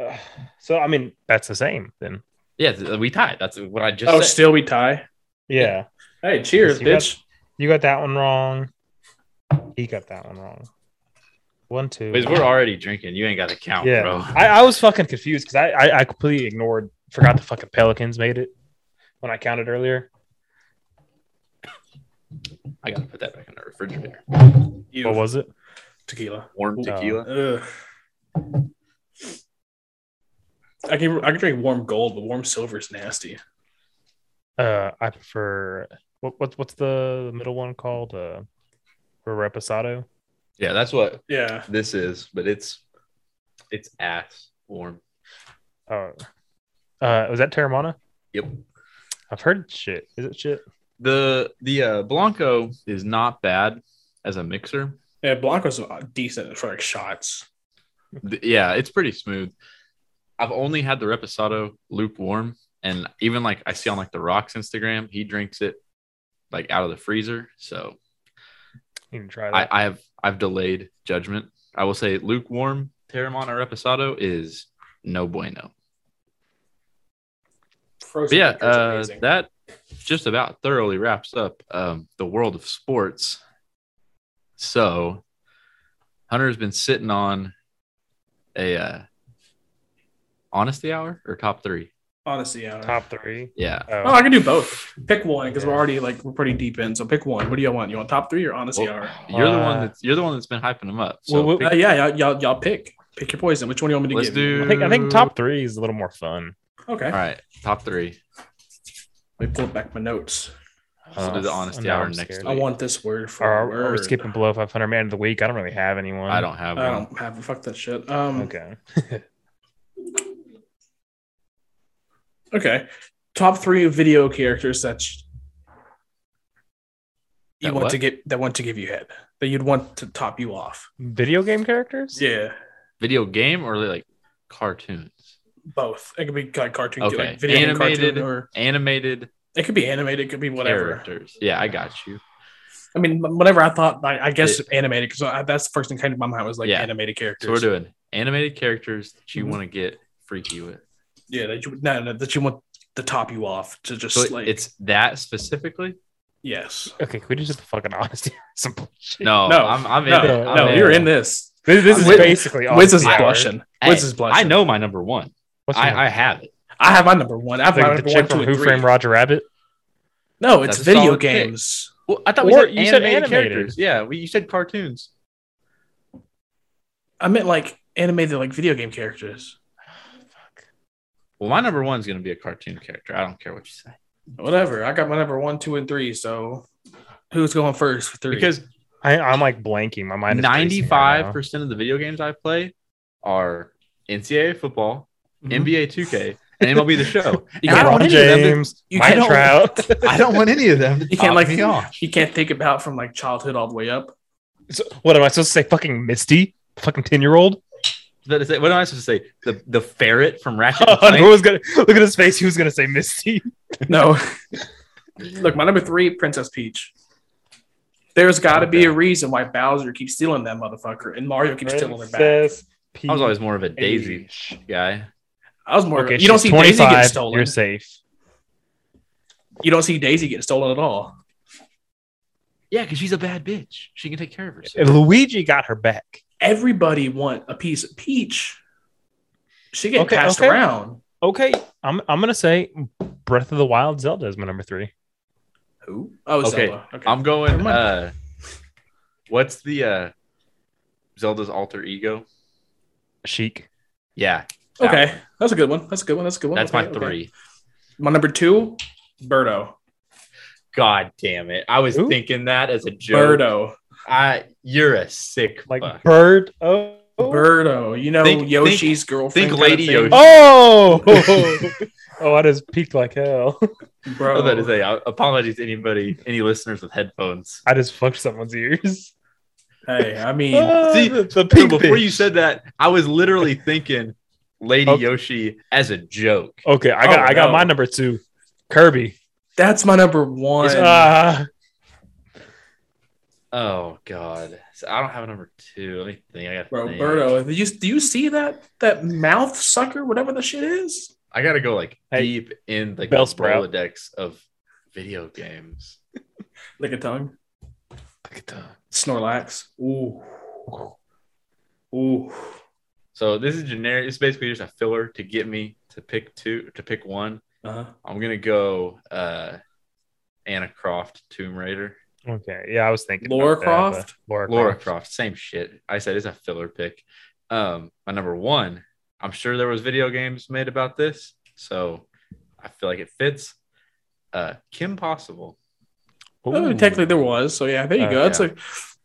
uh, so I mean, that's the same then. Yeah. th- We tied. That's what I just Oh, said. still we tie. Yeah. Hey, cheers, You got- bitch. You got that one wrong. He got that one wrong. One, two. Because we're already drinking. You ain't got to count, yeah. bro. I, I was fucking confused because I, I, I completely ignored, forgot the fucking Pelicans made it when I counted earlier. I got to put that back in the refrigerator. You What was it? tequila. Warm No. tequila. Ugh. I can I can drink warm gold, but warm silver is nasty. Uh, I prefer what, what what's the middle one called? Uh, Reposado. Yeah, that's what Yeah. this is, but it's it's ass warm. Oh, uh, was that Terramana? Yep. I've heard shit. Is it shit? The the uh, Blanco is not bad as a mixer. Yeah, Blanco's uh, decent for like shots. Th- yeah, it's pretty smooth. I've only had the Reposado lukewarm, and even like I see on like the Rock's Instagram, he drinks it like out of the freezer. So You can try I, that. I have I've delayed judgment. I will say lukewarm Terramana Reposado is no bueno. But Frozen yeah, Blanco's uh, amazing. that just about thoroughly wraps up um, the world of sports. So, Hunter's been sitting on a uh, honesty hour or top three. honestly, yeah. Top three. Yeah, Oh, Oh, I can do both. Pick one because we're already like we're pretty deep in. So pick one. What do y'all want? You want top three or honestly? Well, hour? you're the one Uh, that's you're the one that's been hyping them up. So well, well, pick- Uh, yeah, y'all, y'all, y'all pick. Pick your poison. Which one do you want me to Let's give? do- I think I think top three is a little more fun. Okay. all right, top three. Let me pull back my notes. We'll do the honesty now hour I'm next scared. week. Oh, I want this word for Uh, Are, word. are we skipping below 500 man of the week? I don't really have anyone. I don't have I one. don't have fuck that shit. Um, okay. Okay. Top three video characters that sh- you That want what? to get that want to give you head that you'd want to top you off. Video game characters? Yeah, Video game or like cartoons, both. It could be like cartoon, Okay. like video game Animated. cartoon, or animated it could be animated. It could be whatever. characters. Yeah, I got you. I mean, whatever I thought. I, I guess animated because that's the first thing came to my mind was like Yeah. animated characters. So we're doing animated characters that you Mhm. want to get freaky with. Yeah, that you no, no, that you want to top you off to just So like it's that specifically? yes. Okay, can we just hit the fucking honesty hour? Some bullshit. No, No, I'm, I'm in No, it. no, I'm no, in you're it. in this. This, this is Wiz- basically Wiz is honesty hour. blushing. Hey, Wiz is I blushing. know my number one. What's your I, I have it. I have my number one. I have Like my the number chick one, two, from and Who three. Framed Roger Rabbit. No, it's That's a video solid pick. games. Well, I thought we we Or said said you said animated, animated animated. characters. characters. Yeah, we, you said cartoons. I meant like animated, like video game characters. Fuck. Well, my number one's going to be a cartoon character. I don't care what you say. Whatever. I got my number one, two, and three. So who's going first for three? Because I, I'm like blanking. My mind is racing right now. 95% of the video games I play are NCAA football, Mhm. NBA 2K, and MLB the show. You And I can't, don't want LeBron any of them to- James, you Mike can't- Trout. I don't want any of them. To you can't top like me off. you can't think about from like childhood all the way up. So, what am I supposed to say? Fucking Misty, fucking ten year old. What is it- what am I supposed to say? The the ferret from Ratchet. and Who Clank? was gonna look at his face? Who was gonna say Misty? No. Look, my number three, Princess Peach. There's got to be a reason why Bowser keeps stealing that motherfucker, and Mario keeps stealing her back. Princess I was always more of a Daisy Peach. guy. I was more. Okay, you don't see twenty Daisy getting five. stolen. You're safe. You don't see Daisy getting stolen at all. Yeah, because she's a bad bitch. She can take care of herself. And Uh, Luigi got her back. Everybody want a piece of Peach. She get Okay, passed okay. around. Okay, I'm I'm gonna say Breath of the Wild Zelda is my number three. Who? Oh, Okay, Zelda. Okay. I'm Never going. mind. Uh, what's the uh, Zelda's alter ego? Chic. Yeah, that okay. That's a good one. That's a good one. That's a good one. that's Okay, my okay. three. My number two, Birdo. God damn it! I was Who? thinking that as a joke. Birdo. I, you're a sick Like fuck. bird. Oh. Birdo. You know Think- think- Yoshi's girlfriend. think kinda Lady thing? Yoshi. Oh. oh, I just peaked like hell. bro. I was about to say, I- apologies to anybody, any listeners with headphones. I just fucked someone's ears. Hey, I mean, See, the, the So pink before bitch. you said that, I was literally thinking Lady Okay. Yoshi as a joke. Okay, I got Oh, I got no. my number two, Kirby. that's my number one. It's, uh, Oh God, so I don't have a number two. Let me think. I got Bro, Birdo, do you, do you see that that mouth sucker, whatever the shit is? I gotta go like Hey, deep in like, the Bell Sprout. Rolodex of video games. Like a tongue. Look at that. Snorlax. Ooh. Ooh. So this is generic. It's basically just a filler to get me to pick two to pick one. Uh-huh. I'm gonna go uh Anna Croft, Tomb Raider, okay, yeah, I was thinking about Laura that, Croft? but Laura, Laura Croft. Croft. Same shit. I said it's a filler pick. Um, my number one. I'm sure there was video games made about this, so I feel like it fits. Uh, Kim Possible. Oh, Ooh. technically there was. So yeah, there you Uh, go. That's yeah.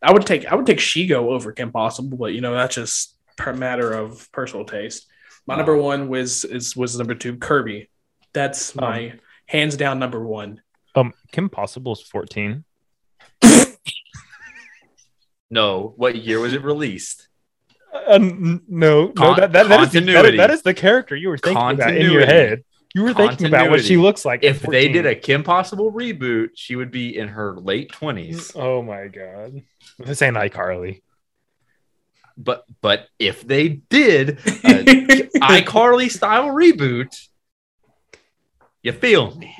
a I would take I would take Shigo over Kim Possible, but you know that's just per matter of personal taste. My number one was is was number two Kirby. That's Oh. my hands down number one. Um, Kim Possible is 14. No, what year was it released? Uh, n- no, no, Con- that, that, that, is the, that, continuity. is- that is the character you were thinking about in your Continuity. head. You were thinking about what she Continuity. looks like. at If they 14. did a Kim Possible reboot, she would be in her late twenties. Oh my god. This ain't iCarly. But but if they did a iCarly style reboot, you feel me?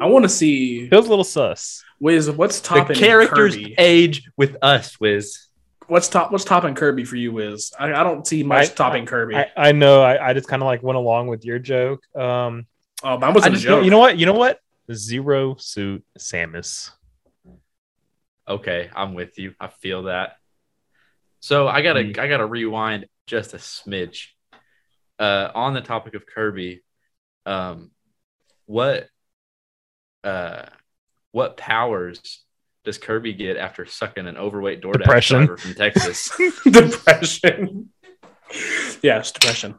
I want to see Feels a little sus. Wiz. What's The topping characters Kirby? age with us, Wiz. What's top? What's topping Kirby for you, Wiz? I, I don't see much I- topping Kirby. I, I know. I, I just kind of like went along with your joke. Um, oh, mine was I a just, know- joke. you know what? You know what? Zero suit Samus. Okay, I'm with you. I feel that. So I gotta Mm. I gotta rewind just a smidge. Uh, on the topic of Kirby, um, what uh, what powers does Kirby get after sucking an overweight DoorDash Depression. driver from Texas? depression. yes, depression,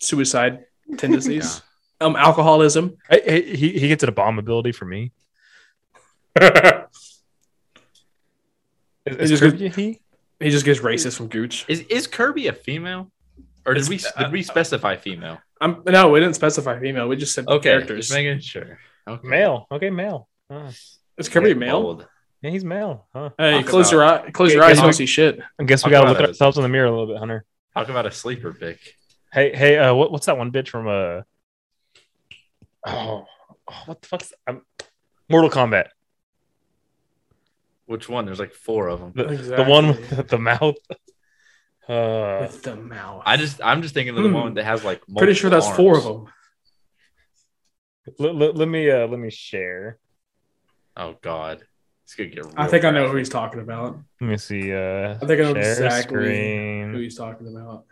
suicide tendencies, um, alcoholism. I, I- he, he gets an bomb ability for me. Is, He is just- Kirby a he? He just gets racist from Gooch. is is Kirby a female? Or did we did uh, we specify female? I'm no, we didn't specify female. We just said Okay, characters. just making sure. Okay. Male. Okay, male. Huh. Is Kirby Get male? bold. Yeah, he's male. Huh. Hey, Talk close your eye. Close your eyes. Get- get You don't on- see shit. I guess Talk we gotta about look at it. ourselves in the mirror a little bit, Hunter. Talk about a sleeper pick. Hey, hey, uh, what, what's that one bitch from uh? Oh, oh, what the fuck's I'm... Mortal Kombat? Which one? There's like four of them. The, the one with Exactly. the, mouth. Uh, With the mouth. I just I'm just thinking of the Hmm. one that has like pretty sure that's multiple four of arms. them. let, let, let me uh, let me share. Oh god. It's gonna get I real think I know who graphic. he's talking about. Let me see. Uh, I think I know share exactly Who screen. he's talking about?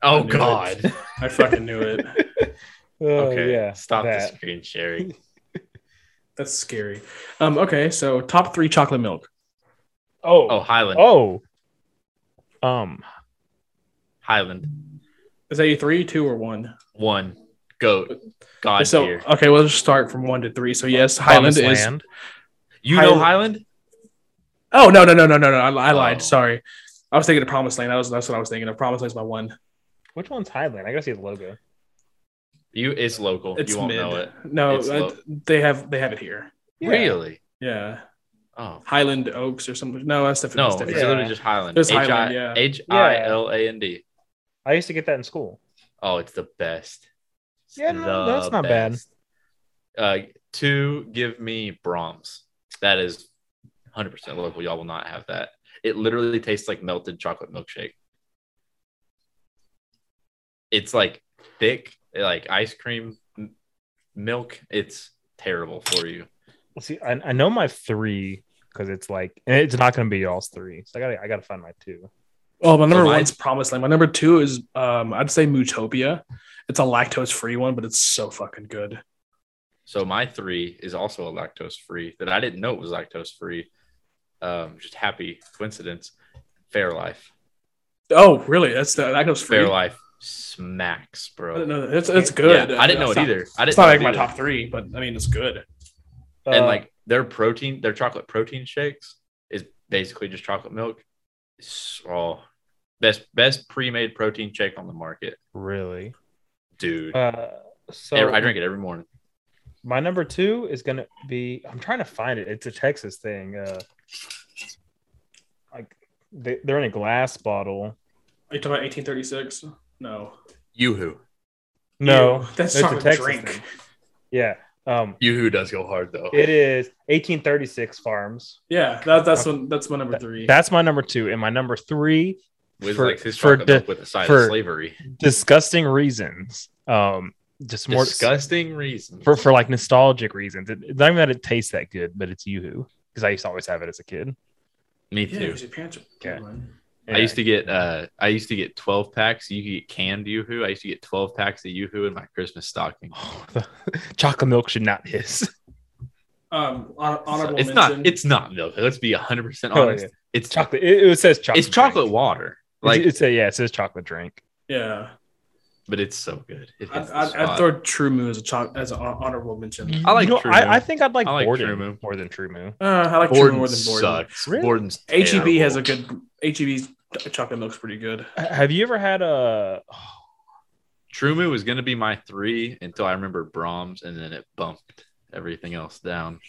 I Oh knew Oh, god. I fucking knew it. Uh, okay. yeah. Stop that. the screen sharing. That's scary. Um. Okay. So top three chocolate milk. Oh, Oh Highland. oh, Um, Highland. Is that your three, two, or one? One. Goat. God so tier. okay, we'll just start from one to three. So yes, Highland Highland is. Land. You know Highland- Highland? Oh no no no no no no! I, I lied. Oh. Sorry, I was thinking of Promised Land. That was that's what I was thinking of. Promised Land's my one. Which one's Highland? I gotta see the logo. You it's local. It's you won't mid. know it. No, It's I- low. they have they have it here. Yeah. Really? Yeah, Oh. Highland Oaks or something. No, that's different. No, that's it's different. Yeah. literally just Highland. There's H-I- Highland, yeah. H-I-L-A-N-D. I used to get that in school. Oh, it's the best. It's Yeah, no, that's not bad. bad. Uh, two, give me Brahms. That is 100% local. Y'all will not have that. It literally tastes like melted chocolate milkshake. It's like thick, like ice cream m- milk. It's terrible for you. Well, See, I, I know my three because it's like and it's not gonna be y'all's three. So I gotta I gotta find my two. Oh, my number mine- one's Promised Land. My number two is um, I'd say Mootopia. It's a lactose free one, but it's so fucking good. So my three is also a lactose free that I didn't know it was lactose free. Um, just happy coincidence. Fairlife. Oh, really? That's the lactose free. I Fairlife smacks, bro. didn't know that. It's it's good. Yeah, I didn't know It's it not- either. I didn't It's not know like it my either. top three, but I mean it's good. Uh, and like their protein, their chocolate protein shakes is basically just chocolate milk. It's- Oh, best best pre-made protein shake on the market, really. dude. Uh, so Every- I drink it every morning. my number two is gonna be. I'm trying to find it. It's a Texas thing. Uh, like they, they're in a glass bottle. Are you talking about 1836? No. Yoo-hoo. No, Ew, that's it's a chocolate Texas drink. thing. Yeah. Um, Yoo-hoo does go hard though. it is 1836 Farms. Yeah, that, that's Uh, one. That's my number three. That's my number two, and my number three with for- like his for chocolate di- milk with a side for of slavery. disgusting reasons. Um, just more Disgusting reason. for for like nostalgic reasons. It, it's not even that it tastes that good, but it's YooHoo because I used to always have it as a kid. Me yeah, too. because your parents are- Okay. I used to get uh I used to get 12 packs. You could get canned Yoo-Hoo. I used to get 12 packs of Yoo-Hoo in my Christmas stocking. Oh, the, chocolate milk should not hiss. Um, hon- honorable it's mention. not it's not milk. Let's be 100% Oh, honest. yeah. It's chocolate. Chocolate. It, it says chocolate. It's chocolate drink. water. Like Like it's, it's a yeah. It says chocolate drink. yeah. but it's so good. It I'd, hits the I'd, I'd spot. throw True Moon as a cho- as an hon- honorable mention. I like You know, True Moon. I, I think I'd like, I like Borden True Moon. more than True Moon. Uh, I like True Borden Moon more than Borden. sucks. Really? Borden's HEB has a terrible. good HEB's chocolate milk's pretty good. H- Have you ever had a? True Moon was going to be my 3 until I remember Brahms and then it bumped everything else down.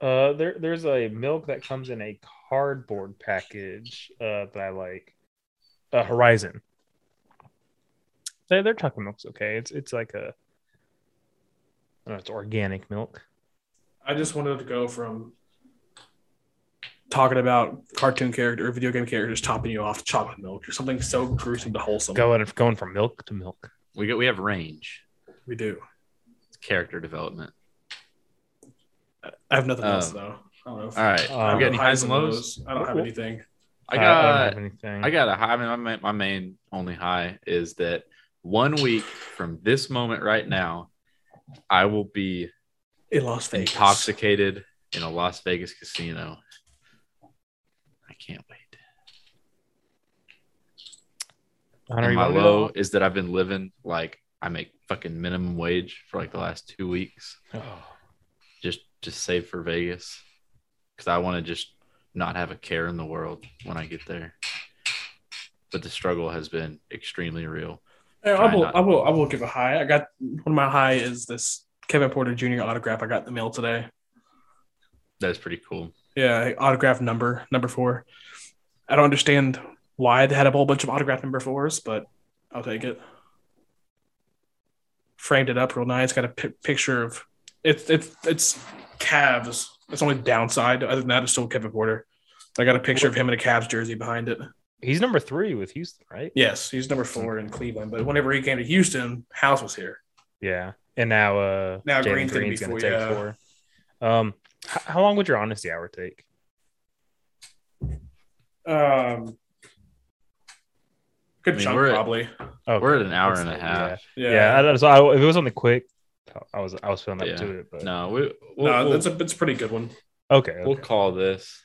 Uh, there there's a milk that comes in a cardboard package. Uh, that I like. Uh, Horizon. Their their chocolate milk's okay. It's it's like a. I don't know, it's organic milk. I just wanted to go from talking about cartoon character or video game characters topping you off to chocolate milk or something so gruesome to wholesome. Going going from milk to milk. We got we have range, We do. It's character development. I have nothing else Um, though. I don't know. If, All right. Uh, I Oh, got don't we know any highs and lows? I don't have Cool. anything. I got don't have anything. I got a high. I mean, my main, my main only high is that one week from this moment right now, I will be In Las Vegas. intoxicated in a Las Vegas casino. I can't wait. Hunter, And you my wanna go? low is that I've been living like I make fucking minimum wage for like the last two weeks, Oh. just to save for Vegas, because I want to just not have a care in the world when I get there. But the struggle has been extremely real. Yeah, I Try will. not. I will. I will give a high. I got one of my high is this Kevin Porter Jr. autograph. I got in the mail today. That's pretty cool. Yeah, autograph number number four. I don't understand why they had a whole bunch of autograph number fours, but I'll take it. Framed it up real nice. Got a pi picture of it's it's it's Cavs. That's the only downside. Other than that, it's still Kevin Porter. I got a picture of him in a Cavs jersey behind it. He's number three with Houston, right? Yes, he's Hmm. number four in Cleveland, but whenever he came to Houston, House was here. Yeah. And now uh Now Jalen Green's gonna be four, yeah. four. Um h- how long would your honesty hour take? Um, I good mean, chunk we're at- probably. Oh We're at an hour and a yeah. half. Yeah, I, don't- so I, if it was something quick, I was I was feeling up Yeah. to it, but No, we, we'll, no, we'll, it's a it's a pretty good one. okay. okay. we'll call this.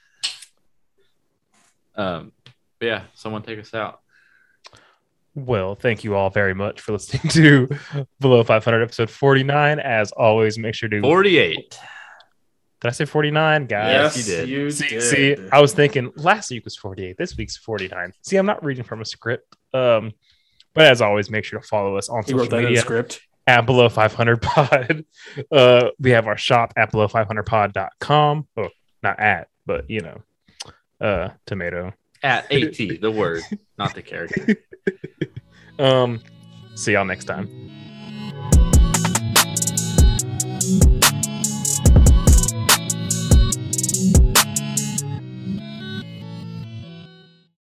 Um, but yeah, someone take us out. Well, thank you all very much for listening to Below 500 episode 49. As always, make sure to 48. Did I say 49, guys? Yes, you did. See, see, I was thinking last week was 48. This week's 49. See, I'm not reading from a script. Um, but as always, make sure to follow us on he wrote social that in the media. script. at below 500 pod. Uh, we have our shop at below 500pod.com. Oh, not at, but you know, uh, tomato. At AT, the word, not the character. Um, see y'all next time.